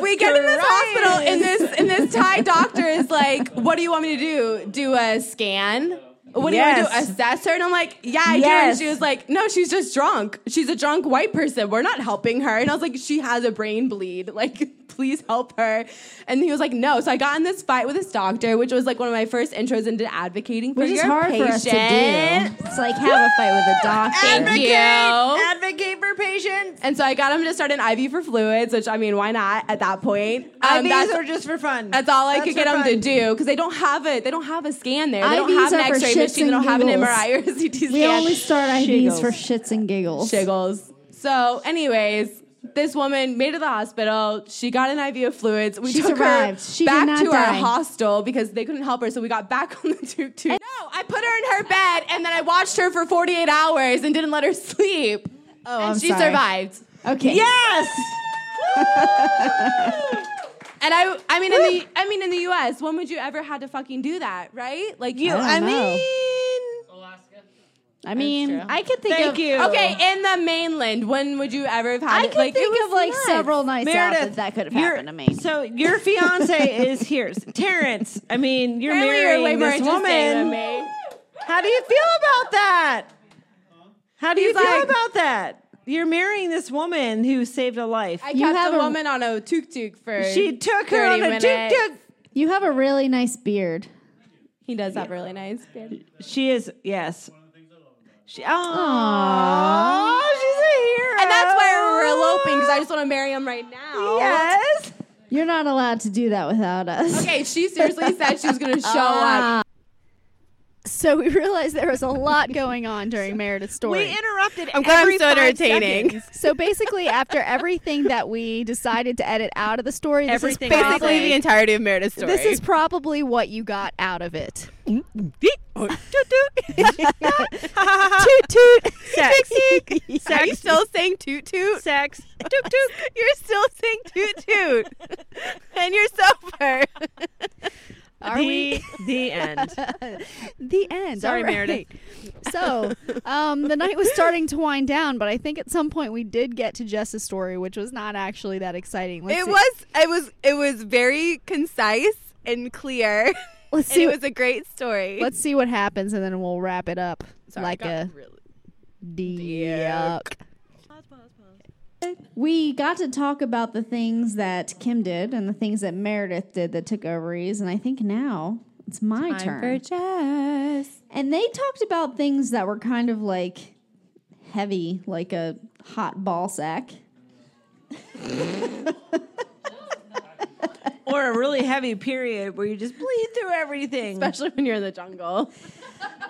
we get in this
Christ.
hospital and this and this Thai doctor is like, "What do you want me to do? Do a scan? What do you want
Yes.
me to do? Assess her?" And I'm like, "Yeah, I do." And
Yes.
she was like, "No, she's just drunk. She's a drunk white person. We're not helping her." And I was like, "She has a brain bleed. Like, <laughs> please help her." And he was like, "No." So I got in this fight with this doctor, which was like one of my first intros into advocating for
Which is
your
hard
patient.
for us to do. It's like have a fight with a doctor.
Thank you.
Advocate for patients.
And so I got him to start an IV for fluids, which I mean, why not at that point? Um,
IVs
that's-
are just for fun.
That's all I
That's
could get
for
them to
fun.
do because they don't have it. They don't have a scan there.
IVs
They don't have an
are for
X-ray
shits
machine. They don't
and
have an
giggles.
MRI or a CT scan.
We only start IVs for shits and giggles.
Shiggles. So, anyways, this woman made it to the hospital. She got an IV of fluids. We
She
took
survived.
her
She did
back
not
to our
die.
hostel because they couldn't help her. So we got back <laughs> on the tuk tuk. No, I put her in her bed and then I watched her for 48 hours and didn't let her <laughs> sleep.
Oh,
and
I'm
she
sorry.
survived.
Okay.
Yes.
And I, I mean, in the, I mean, in the U.S., when would you ever had to fucking do that, right? Like you,
I don't know. I mean, I could think
Thank
of
you.
Okay, in the mainland, when would you ever have had
I
it?
could
Like,
think
it
of
was
like
nuts.
several nights out
Meredith,
that that could have
your-
happened to me.
So your fiance is here. Terrence, I mean, you're
Apparently you're
marrying
way more
this
interesting than
woman.
me.
How do you feel about that? How do you
He's
feel
like-
about that? You're marrying this woman who saved a life.
I
You
kept
have
a
a-
woman on a tuk tuk for.
she took her
30
on a tuk
minutes.
tuk.
you have a really nice beard.
He does have really nice.
She is yes. She oh, she's a hero.
And that's why we're eloping because I just want to marry him right now.
Yes.
You're not allowed to do that without us.
<laughs>
Okay, she seriously said she was <laughs> going to show
Ah.
up.
Oh, So we realized there was a lot going on during Meredith's story.
We interrupted.
I'm glad
every
I'm so
five
entertaining.
seconds.
so basically, after everything that we decided to edit out of the story, this
Everything
is
else.
Basically,
probably
the entirety of Meredith's story.
this is probably what you got out of it. <laughs> oh,
toot toot. Sex. Are you still saying toot toot?
Sex.
Toot toot. You're <laughs> still saying toot toot. <laughs> and you're sober.
Are
the,
we
the end.
the end?
Sorry,
All right.
Meredith.
<laughs> So um, the night was starting to wind down, but I think at some point we did get to Jess's story, which was not actually that exciting. Let's
It
see.
was it was it was very concise and clear. <laughs>
Let's
And
see.
it was a great story.
let's see what happens, and then we'll wrap it up
Sorry, I
like
got
a
really-
duck.
We got to talk about the things that Kim did and the things that Meredith did that took ovaries, and I think now it's my turn. And they talked about things that were kind of like heavy, like a hot ball sack.
Or a really heavy period where you just bleed through everything.
Especially when you're in the jungle.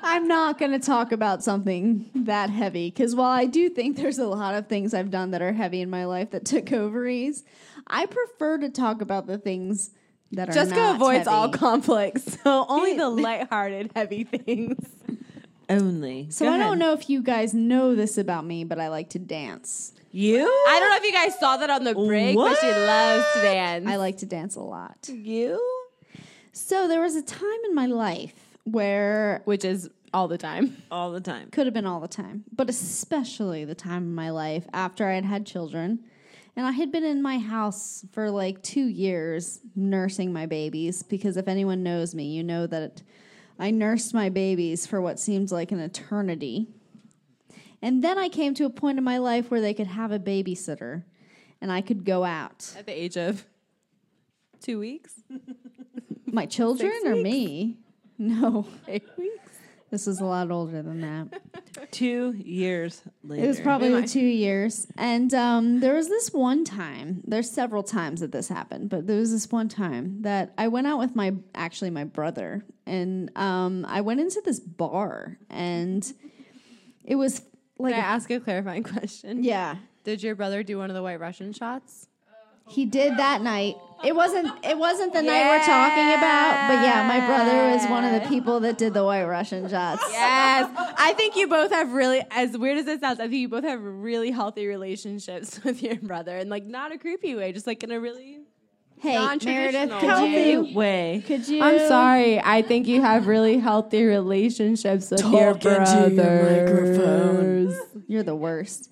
I'm not going to talk about something that heavy because while I do think there's a lot of things I've done that are heavy in my life that took ovaries, I prefer to talk about the things that are
Jessica
not
avoids all
heavy.
conflicts, <laughs> so only the lighthearted, heavy things.
Only.
So I don't know if you guys know this about me, but I like to dance.
You?
I don't know if you guys saw that on the break, but she
What?
loves to dance.
I like to dance a lot.
You?
So there was a time in my life where
which is all the time.
All the time.
could have been all the time, but especially the time in my life after I had had children. And I had been in my house for like two years nursing my babies because if anyone knows me, you know that I nursed my babies for what seems like an eternity. And then I came to a point in my life where they could have a babysitter and I could go out.
At the age of two weeks.
My children or me? <laughs> No. This was a lot older than that.
<laughs> Two years later.
It was probably two years. And um, there was this one time, there's several times that this happened, but there was this one time that I went out with my, actually, my brother. And um, I went into this bar and it was like,
Can I ask a clarifying question?
yeah,
Did your brother do one of the White Russian shots?
he did that night. It wasn't, it wasn't the night we're talking about, but yeah, my brother was one of the people that did the white Russian shots.
Yes. I think you both have really, as weird as it sounds, I think you both have really healthy relationships <laughs> with your brother, and like not a creepy way, just like in a really.
Hey, Meredith,
Non-traditional.
could you,
way.
could you?
I'm sorry. I think you have really healthy relationships with your brothers.
You're the worst.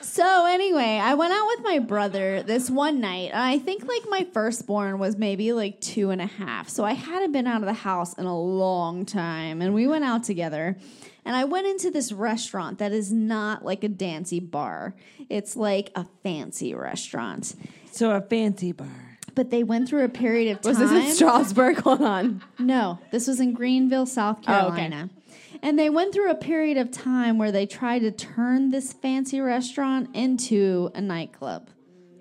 So anyway, I went out with my brother this one night, and I think like my firstborn was maybe like two and a half. So I hadn't been out of the house in a long time, and we went out together. And I went into this restaurant that is not like a dancy bar; it's like a fancy restaurant.
So a fancy bar.
But they went through a period of time.
Was this in Strasbourg? Hold on.
No, this was in Greenville, South
Oh,
Carolina. And they went through a period of time where they tried to turn this fancy restaurant into a nightclub.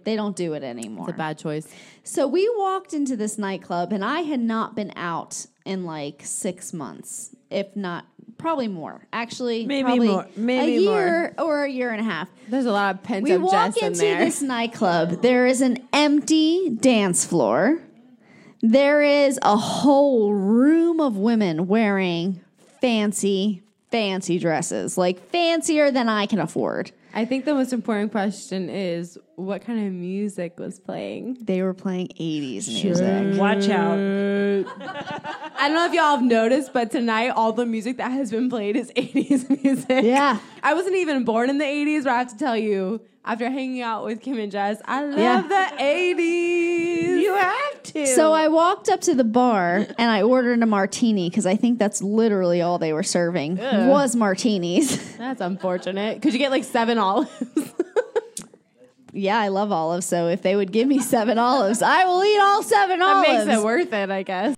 They don't do it anymore.
Bad choice.
So we walked into this nightclub, and I had not been out in like six months, if not probably more. Actually,
Maybe
probably
more. Maybe
a year or a year and a half.
There's a lot of pent
We
up
walk
jest in
into
there.
this nightclub. There is an empty dance floor. There is a whole room of women wearing fancy, fancy dresses, like fancier than I can afford.
I think the most important question is what kind of music was playing?
They were playing 80s music.
Watch out.
I don't know if y'all have noticed, but tonight all the music that has been played is <laughs> 80s music.
Yeah.
I wasn't even born in the 80s, but I have to tell you, after hanging out with Kim and Jess, I love
Yeah.
the 80s. You have to.
So I walked up to the bar and I ordered a martini because I think that's literally all they were serving was martinis. <laughs>
That's unfortunate. Could you get like seven <laughs> olives?
yeah, I love olives, so if they would give me seven olives, I will eat all seven
that
olives.
makes it worth it, I guess.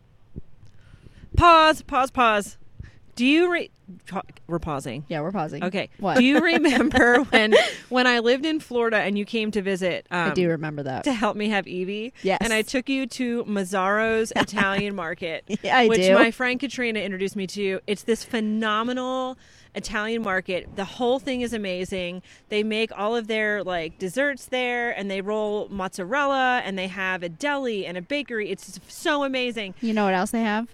Pause, pause, pause. Do you re- pa- we're pausing.
Yeah, we're pausing.
<laughs> Okay.
What?
Do
<laughs>
you remember when when I lived in Florida and you came to visit um,
I do remember that.
<laughs> to help me have Evie?
Yes.
And I took you to Mazzaro's Italian Market.
Yeah, I
which
do.
my friend Katrina introduced me to. It's this phenomenal Italian market. The whole thing is amazing. They make all of their like desserts there and they roll mozzarella and they have a deli and a bakery. It's so amazing.
You know what else they have?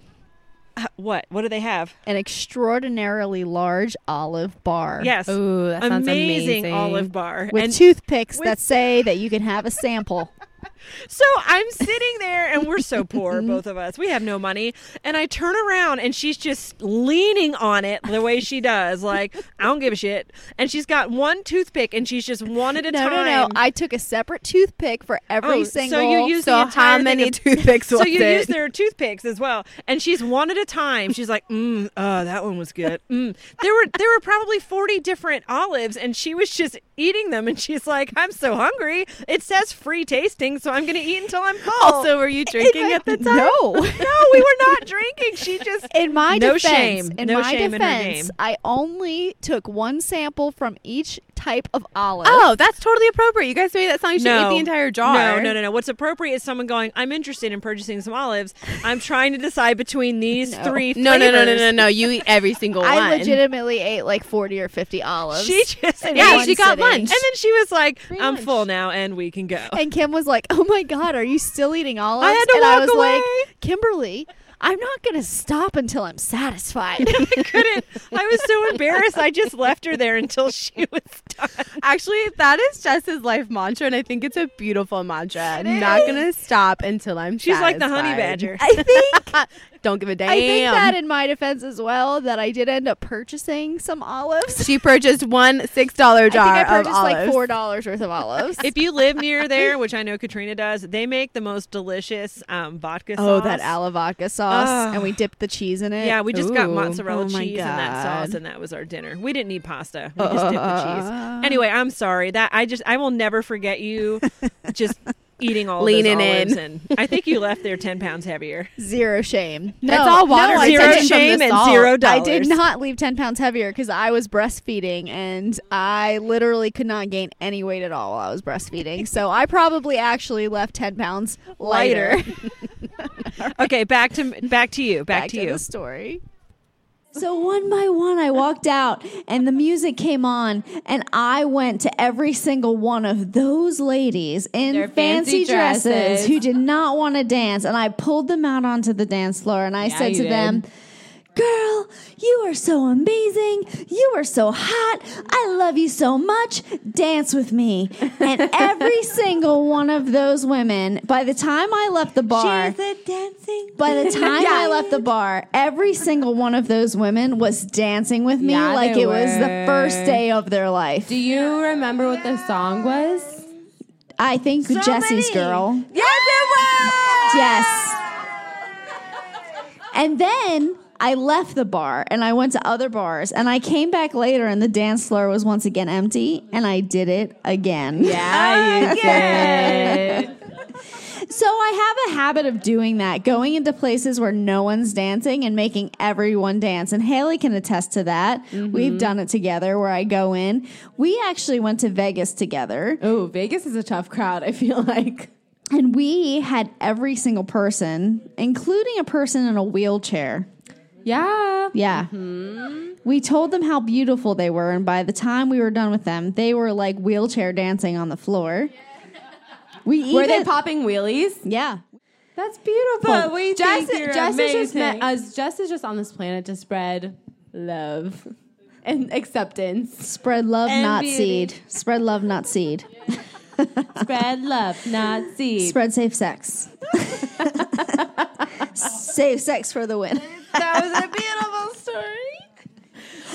Uh, What? What do they have?
An extraordinarily large olive bar.
Yes.
Ooh, that sounds amazing.
olive bar.
With
and
toothpicks
with-
that say that you can have a sample.
So I'm sitting there, and we're so poor, both of us. We have no money. And I turn around, and she's just leaning on it the way she does. Like, I don't give a shit. And she's got one toothpick, and she's just one at a
no,
<laughs> time.
no, no. I took a separate toothpick for every
Oh,
single.
So you use the
So
entire
how
thing
many
of- <laughs>
toothpicks
So
was
you
it?
use their toothpicks as well, and she's one at a time. She's like, mm, "Oh, that one was good." Mm. There were there were probably forty different olives, and she was just eating them. And she's like, "I'm so hungry. It says free tasting, so I'm going to eat until I'm full."
also,
<laughs>
were you drinking at the time?
<laughs> No.
no, we were not drinking. She just
In my
no
defense,
shame,
in
no
my
shame in her
defense,
game.
I only took one sample from each type of olive.
Oh, that's totally appropriate. You guys made that song. You should
no,
eat the entire jar.
No, no, no, no. What's appropriate is someone going, "I'm interested in purchasing some olives. I'm trying to decide between these three
No, no, no, no, no,
flavors."
no. You eat every single one.
I legitimately ate like 40 or 50 olives.
She just
yeah,
one
she got
sitting.
And
lunch.
then she was like, "I'm full now, and we can go."
and Kim was like, "Oh my god, are you still eating olives?"
I had to
and I
walk
was
away.
like, "Kimberly, I'm not going to stop until I'm satisfied." <laughs>
I couldn't. I was so embarrassed. I just left her there until <laughs> she was done.
Actually, that is Jess's life mantra, and I think it's a beautiful mantra. I'm not gonna stop until I'm.
She's like the honey badger.
satisfied.
I think
Don't give a damn.
I think that in my defense as well that I did end up purchasing some olives.
she purchased one six dollar jar
I think I purchased
of
like
olives.
four dollars worth of olives.
If you live near there, which I know Katrina does, they make the most delicious um, vodka
oh,
sauce.
that aloe vodka sauce,
Ugh.
and we dipped the cheese in it.
Yeah, we just got
Ooh.
mozzarella
Oh my
cheese and that sauce,
God.
and that was our dinner. We didn't need pasta. Uh-uh. <laughs> We just dipped the cheese. Anyway, I'm sorry that I just I will never forget you. just eating all
Leaning
of those olives
in.
and I think you left there ten pounds <laughs> heavier.
Zero shame.
That's all water.
I
Zero
took it from the
shame and
salt.
zero
I did
dollars.
not leave 10 pounds heavier because I was breastfeeding and I literally could not gain any weight at all while I was breastfeeding. so I probably actually left 10 pounds lighter.
Okay, back to back to you. Back, to, you.
the story.
So one by one, I walked out, and the music came on, and I went to every single one of those ladies in
Their
fancy,
fancy
dresses,
dresses.
who did not want to dance, and I pulled them out onto the dance floor, and I said
you
to
did.
them. Girl, you are so amazing. You are so hot. I love you so much. Dance with me. And
<laughs>
every single one of those women, by the time I left the bar,
<laughs>
by the time I left the bar, every single one of those women was dancing with me
Yeah,
like
they
it was the
were.
first day of their life.
Do you remember what the song was?
I think Jessie's girl.
Yes, it
Yes. And then I left the bar and I went to other bars and I came back later and the dance floor was once again empty and I did it again.
Yeah,
<laughs>
you did.
So I have a habit of doing that, going into places where no one's dancing and making everyone dance. And Haley can attest to that.
Mm-hmm.
We've done it together where I go in. We actually went to Vegas together
Oh, Vegas is a tough crowd, I feel <laughs> like.
and we had every single person, including a person in a wheelchair.
Yeah.
Yeah. We told them how beautiful they were. And by the time we were done with them, they were like wheelchair dancing on the floor. We even,
Were they popping wheelies?
yeah.
That's beautiful.
But we think you're
is just meant-
amazing.
us- Jess is just on this planet to spread love and acceptance.
Spread love,
And
not
beauty.
seed. Spread love, not seed.
Spread love, not seed.
Spread safe
<laughs>
sex. safe sex for the win.
That was a beautiful story.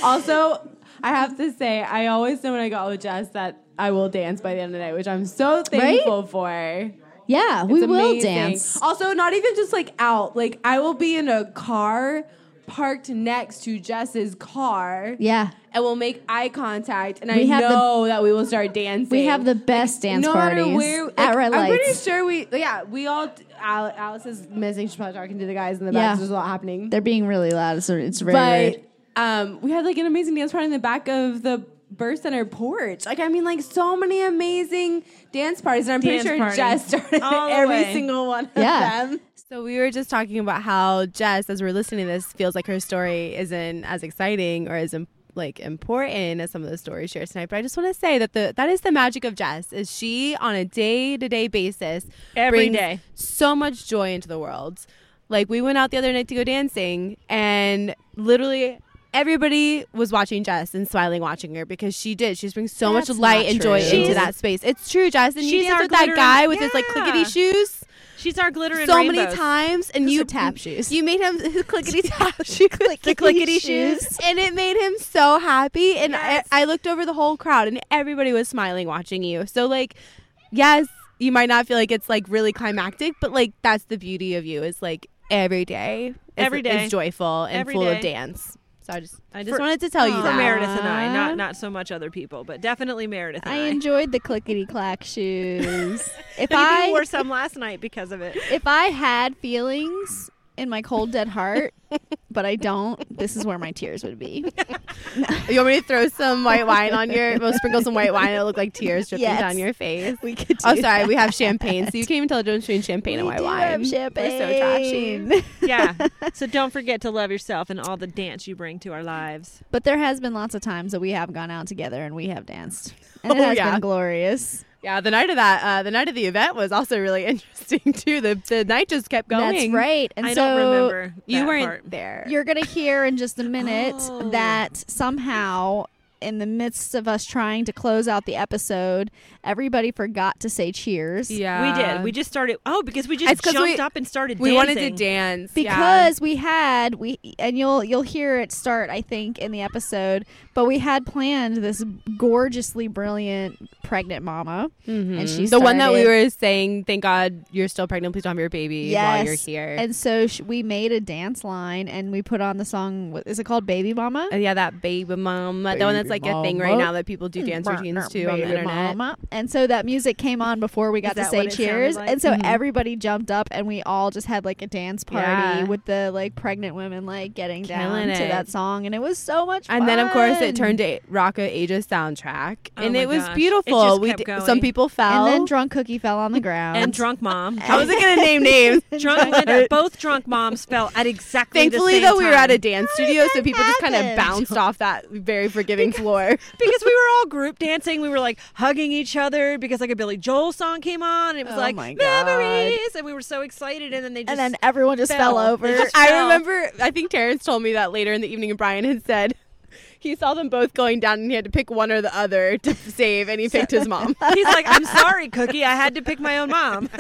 Also, I have to say, I always know when I go out with Jess that I will dance by the end of the night, which I'm so thankful for.
Yeah, we
It's
will
amazing.
dance.
Also, not even just like out. Like I will be in a car parked next to Jess's car.
Yeah.
And we'll make eye contact, and
We
I
have the-
know that we will start dancing.
We have the best dance
no
parties
matter where.
at
like,
red
I'm pretty
lights.
sure we. Yeah, we all. Al- Alice is missing. She's probably talking to the guys in the
Yeah.
back. so There's a lot happening.
They're being really loud. It's, it's very
but
rude.
um, we had like an amazing dance party in the back of the Burst Center porch. Like I mean, like so many amazing dance parties, and I'm
Dance
pretty sure
party.
Jess started
All the
every
way.
single one of
Yeah.
them.
So we were just talking about how Jess, as we're listening to this, feels like her story isn't as exciting or as im- like important as some of the stories shared tonight. But I just want to say that the that is the magic of Jess is she on a day to day basis
Every
brings
day.
so much joy into the world. Like we went out the other night to go dancing, and literally everybody was watching Jess and smiling watching her because she did. She just brings so much light and joy
She's-
into that space. It's true, Jess. And you
she's
danced
our
with that
glitter-
guy with his like
Yeah.
clickety shoes
She's our glitter and
so many
rainbows.
times, and
Those
you
are tap shoes.
You made him his
<laughs>
clickety tap shoes,
Clickety
the clickety shoes.
shoes.
and it made him so happy. And I, I looked over the whole crowd, and everybody was smiling watching you. So like, yes, you might not feel like it's like really climactic, but like that's the beauty of you is like every day, is,
Every day.
is joyful and
Every
full
day.
of dance. So I just, I just
For-
wanted to tell you
for
that.
Meredith and I, not not so much other people, but definitely Meredith
<laughs>
and
I
I. <laughs>
enjoyed the clickety clack shoes. If
And even
I
wore some last night because of
<laughs>
it.
if I had feelings in my cold dead
<laughs>
heart, but I don't, this is where my tears would be.
You want me to throw some white wine on your? We'll sprinkle some white wine. It'll look like tears dripping
Yes.
down your face.
We could. Do
<laughs> Oh, sorry. We have
that.
champagne, so you can't even tell the difference between champagne and
We
white
do
wine.
have
We're so trashy.
champagne.
Yeah. so don't forget to love yourself and all the dance you bring to our lives.
But there has been lots of times that we have gone out together and we have danced, and it
Oh,
has
yeah.
been glorious.
<laughs> Yeah, the night of that, uh, the night of the event was also really <laughs> interesting too. The the night just kept going.
That's right. And so
I don't remember.
You
that
weren't
part.
there.
you're gonna hear in just a minute
Oh.
that somehow. In the midst of us trying to close out the episode, everybody forgot to say cheers.
yeah,
We did. We just started. Oh, because we
It's
just
'cause
jumped
we-
up and started.
we wanted to
dancing.
dance yeah.
because we had we and you'll you'll hear it start I think in the episode, but we had planned this gorgeously brilliant pregnant mama, and she
Mm-hmm. the one that we
started-
were saying. Thank God you're still pregnant. Please don't have your baby while you're
Yes.
here.
and so sh- we made a dance line and we put on the song. What is it called? Baby mama.
Uh, yeah, that baby mama, the one that's that's like a thing right now that people do dance routines to on the internet.
And so that music came on before we got to
that
say
what it sounded
cheers.
like?
And so everybody jumped up and we all just had like a dance party
Mm-hmm. Yeah.
with the like pregnant women like getting down
Killing
to
it.
that song. And it was so much fun.
And then of course it turned to Rocka Aja's soundtrack,
Oh
and
my
it was
gosh. It
beautiful.
just
we
kept
d-
going.
some people fell, <laughs>
And then Drunk Cookie fell on the ground.
and
<laughs>
drunk mom.
I wasn't gonna name names.
drunk
<laughs>
Linda, both drunk moms fell at exactly
Thankfully,
the same
though, we were at
time.
a dance studio, so people just kind of
happened?
<laughs> bounced off that very forgiving <laughs> floor.
because we were all group dancing. We were like hugging each other because like a Billy Joel song came on. And it was like
my God.
memories, and we were so excited. And then they just
and then everyone just fell,
fell.
over.
They just
I
fell.
remember, I think Terrence told me that later in the evening, and Brian had said <laughs> he saw them both going down and he had to pick one or the other <laughs> to save, and he picked his <laughs> mom.
<laughs>
<laughs>
He's like, "I'm sorry, Cookie. I had to pick my own mom."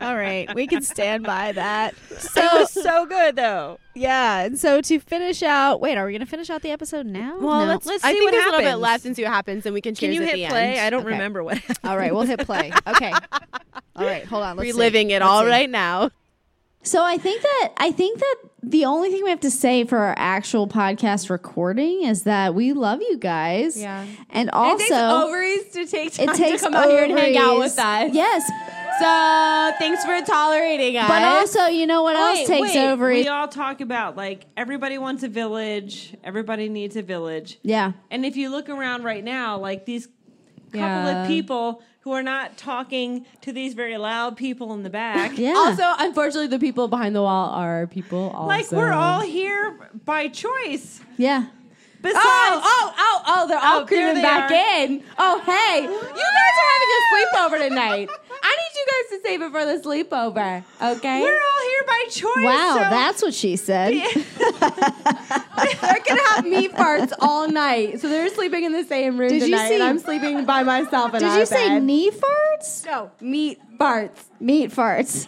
all right, we can stand by
<laughs>
that.
So it was so good though.
Yeah, and so to finish out, wait, are we going to finish out the episode now?
Well,
No.
let's,
Let's
I
see
think
what
there's a little bit
happens.
left and see what happens, and we can
Can
cheers
you
at the
hit
end.
play? I don't
Okay.
remember what. happened.
All right, we'll hit play.
<laughs>
Okay. All right, hold on. Let's see.
Reliving it all right now.
So I think that I think that the only thing we have to say for our actual podcast recording is that we love you guys. Yeah. And also
it takes ovaries to take time
it takes
to come out here and hang out
ovaries.
with us.
Yes.
So thanks for tolerating us.
But also, you know what
Wait,
else takes
wait.
ovaries?
We all talk about like everybody wants a village, everybody needs a village.
yeah.
And if you look around right now, like these couple
Yeah.
of people who are not talking to these very loud people in the back.
Yeah.
Also, unfortunately, the people behind the wall are people also.
Like we're all here by choice.
yeah.
Besides,
Oh, oh, oh, oh, they're all
Oh, there
creeping
they
back
are.
in. Oh, hey, you guys are having a sleepover tonight. I need you guys to stay before the sleepover, okay?
we're all here by choice.
Wow,
so-
that's what she said.
<laughs>
They're gonna have me farts all night. So they're sleeping in the same room
Did you
tonight,
see-
and I'm sleeping by myself in
Did
our
you say
bed.
knee farts?
No, meat farts.
Meat farts.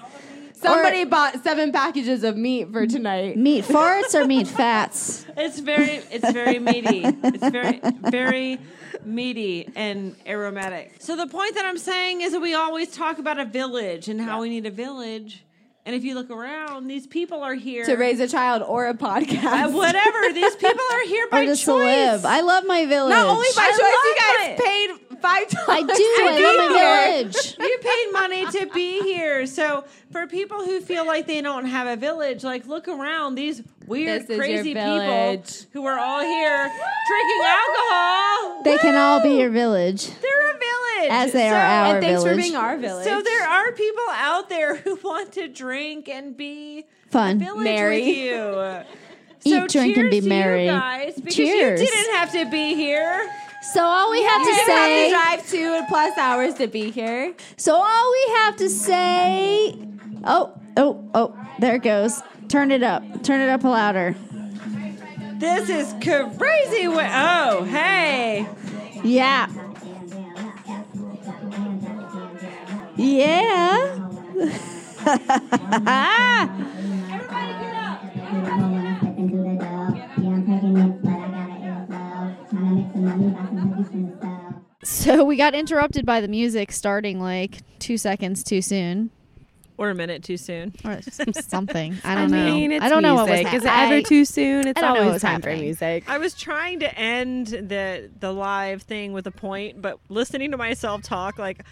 Somebody bought seven packages of meat for tonight.
Meat farts or meat fats?
It's very, it's very meaty. It's very, very meaty and aromatic. So the point that I'm saying is that we always talk about a village and how we need a village. And if you look around, these people are here
To <laughs> raise a child or a podcast.
Uh, whatever. These people are here
<laughs>
by
Or just to
choice.
live. I love my village.
Not only by
I
choice, you guys paid five dollars.
I do.
<laughs>
I love my village.
you paid money to be here. So for people who feel like they don't have a village, like look around these weird,
This is your
crazy people
village.
who are all here drinking alcohol.
They can all be your village.
They're a village.
As they are
so,
our
And thanks for
village.
being our village.
So there are people out there who want to drink and be
Fun.
village
Merry.
with you.
Eat,
So
drink, and
cheers
be
to you
merry.
guys, because
Cheers.
you didn't have to be here.
So all we have to
You
say.
have to drive two plus hours to be here.
So all we have to say. Oh, oh, oh! There it goes. Turn it up. Turn it up louder.
This is crazy. Wa- oh, hey.
Yeah. Yeah.
So we got interrupted by the music starting like two seconds too soon
Or a minute too soon.
or <laughs> s- something. I don't know. I don't know what was
music.
happening.
Is it ever too soon? It's
I don't know what
always
was
time for
happening.
music.
I was trying to end the the live thing with a point, but listening to myself talk, like,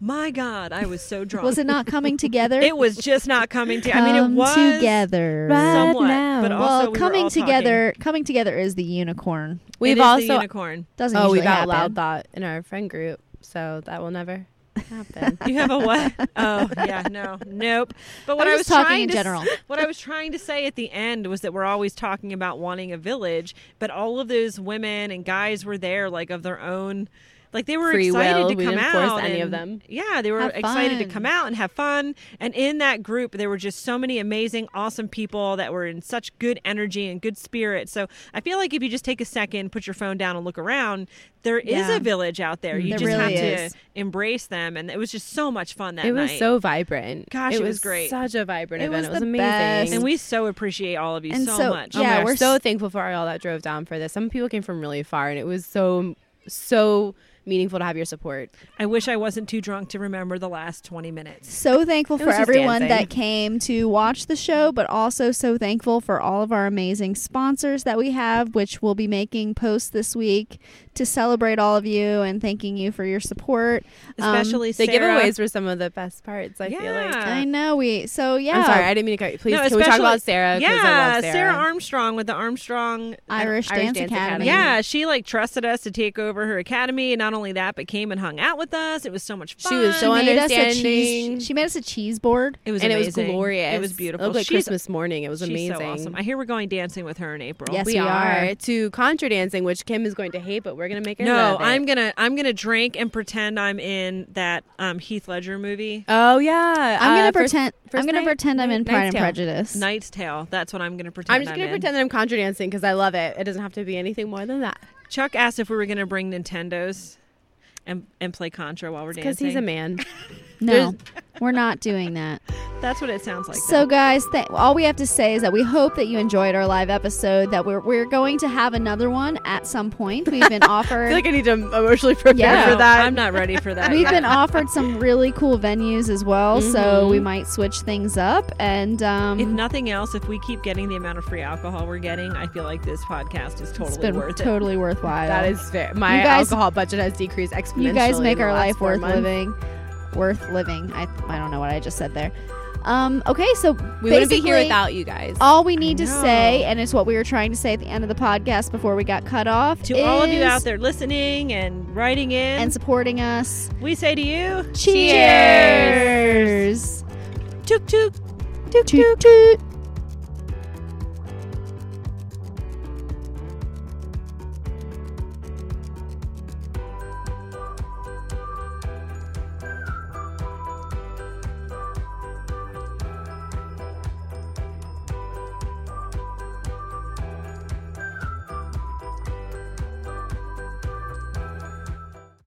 my God, I was so drunk.
was it not coming
<laughs>
together?
It was just not coming to. I mean,
Come
it was
together.
somewhat, but also
well,
we were
coming
all talking.
together, coming together is the unicorn.
It
We've
is the
also
unicorn.
Doesn't
oh,
usually
we've out
happen.
loud thought in our friend group, so that will never happen.
<laughs> You have a what? Oh yeah, no, nope. But what
I'm
I was
just talking
trying
in
to s-
general.
<laughs> what I was trying to say at the end was that we're always talking about wanting a village, but all of those women and guys were there, like of their own. Like they were
Free
excited
will.
to
We
come
didn't force
out.
any of
and-
them.
Yeah, they were
Have
excited to
fun.
come out and have fun. And in that group, there were just so many amazing, awesome people that were in such good energy and good spirit. So I feel like if you just take a second, put your phone down, and look around, there is
Yeah.
a village out there. You
There
just
really
have to
is.
embrace them and it was just so much fun that
it was
night.
so vibrant.
Gosh,
it,
it was great.
Such a vibrant
It
event.
was
it was
the
amazing.
best.
and we so appreciate all of you
And
so,
so-
much
oh
yeah,
yeah,
we're
we're so
s-
thankful for all that drove down for this. Some people came from really far, and it was so so meaningful to have your support.
I wish I wasn't too drunk to remember the last 20 minutes.
So thankful for
was just
everyone
dancing.
that came to watch the show, but also so thankful for all of our amazing sponsors that we have, which we'll be making posts this week to celebrate all of you and thanking you for your support. Um,
Especially
The
Sarah.
giveaways were some of the best parts. I feel like.
Yeah.
I know we. So yeah,
I'm sorry, I didn't mean to cut you. Please,
No,
can we talk
especially-
about Sarah? 'Cause I
Yeah,
love Sarah.
Armstrong with the Armstrong.
Irish,
Irish
Dance,
Dance
Academy.
Academy.
Yeah, she like trusted us to take over her academy, and not only that, but came and hung out with us. It was so much fun.
She was so
She made us a
understanding.
cheese. She made us a cheese board.
It was
and it
amazing.
was glorious.
It was
It
beautiful.
looked like
She's-
Christmas morning. It was
she's
amazing.
so awesome. I hear we're going dancing with her in April.
Yes,
we,
we
are.
are.
to contra dancing, which Kim is going to hate, but we're gonna make her.
No,
love it.
I'm gonna I'm gonna drink and pretend I'm in that um, Heath Ledger movie,
Oh yeah,
I'm gonna
Uh, first-
pretend. i I'm
first
gonna
night-
pretend I'm in
night-
Pride
Knight's
and
Tale.
Prejudice.
Knight's Tale. That's what I'm gonna pretend.
I'm just gonna
in.
pretend that I'm contra dancing because I love it. It doesn't have to be anything more than that.
Chuck asked if we were gonna bring Nintendos and and play Contra while we're
Because
dancing.
he's a man. <laughs>
No, we're not doing that.
That's what it sounds like.
So, guys, th- all we have to say is that we hope that you enjoyed our live episode. That we're we're going to have another one at some point. We've
<laughs>
been
I
offered.
feel like I need to emotionally prepare
Yeah.
for that.
I'm not ready
<laughs>
for that.
We've
yet.
<laughs>
been offered some really cool venues as well,
Mm-hmm.
so we might switch things up. And um,
If nothing else, if we keep getting the amount of free alcohol we're getting, I feel like this podcast is
it's
totally
been
worth it.
totally worthwhile.
That is fair. My
You guys-
alcohol budget has decreased exponentially.
you guys make
in the
our
last
life
four
worth
months.
living. Worth living. I I don't know what I just said there. Um, okay, so
We wouldn't be here
basically-
without you guys.
All we need to say, and it's what we were trying to say at the end of the podcast before we got cut off,
To all of you
is-
out there listening and writing in,
and supporting us.
we say to you,
Cheers!
toot toot.
Toot toot.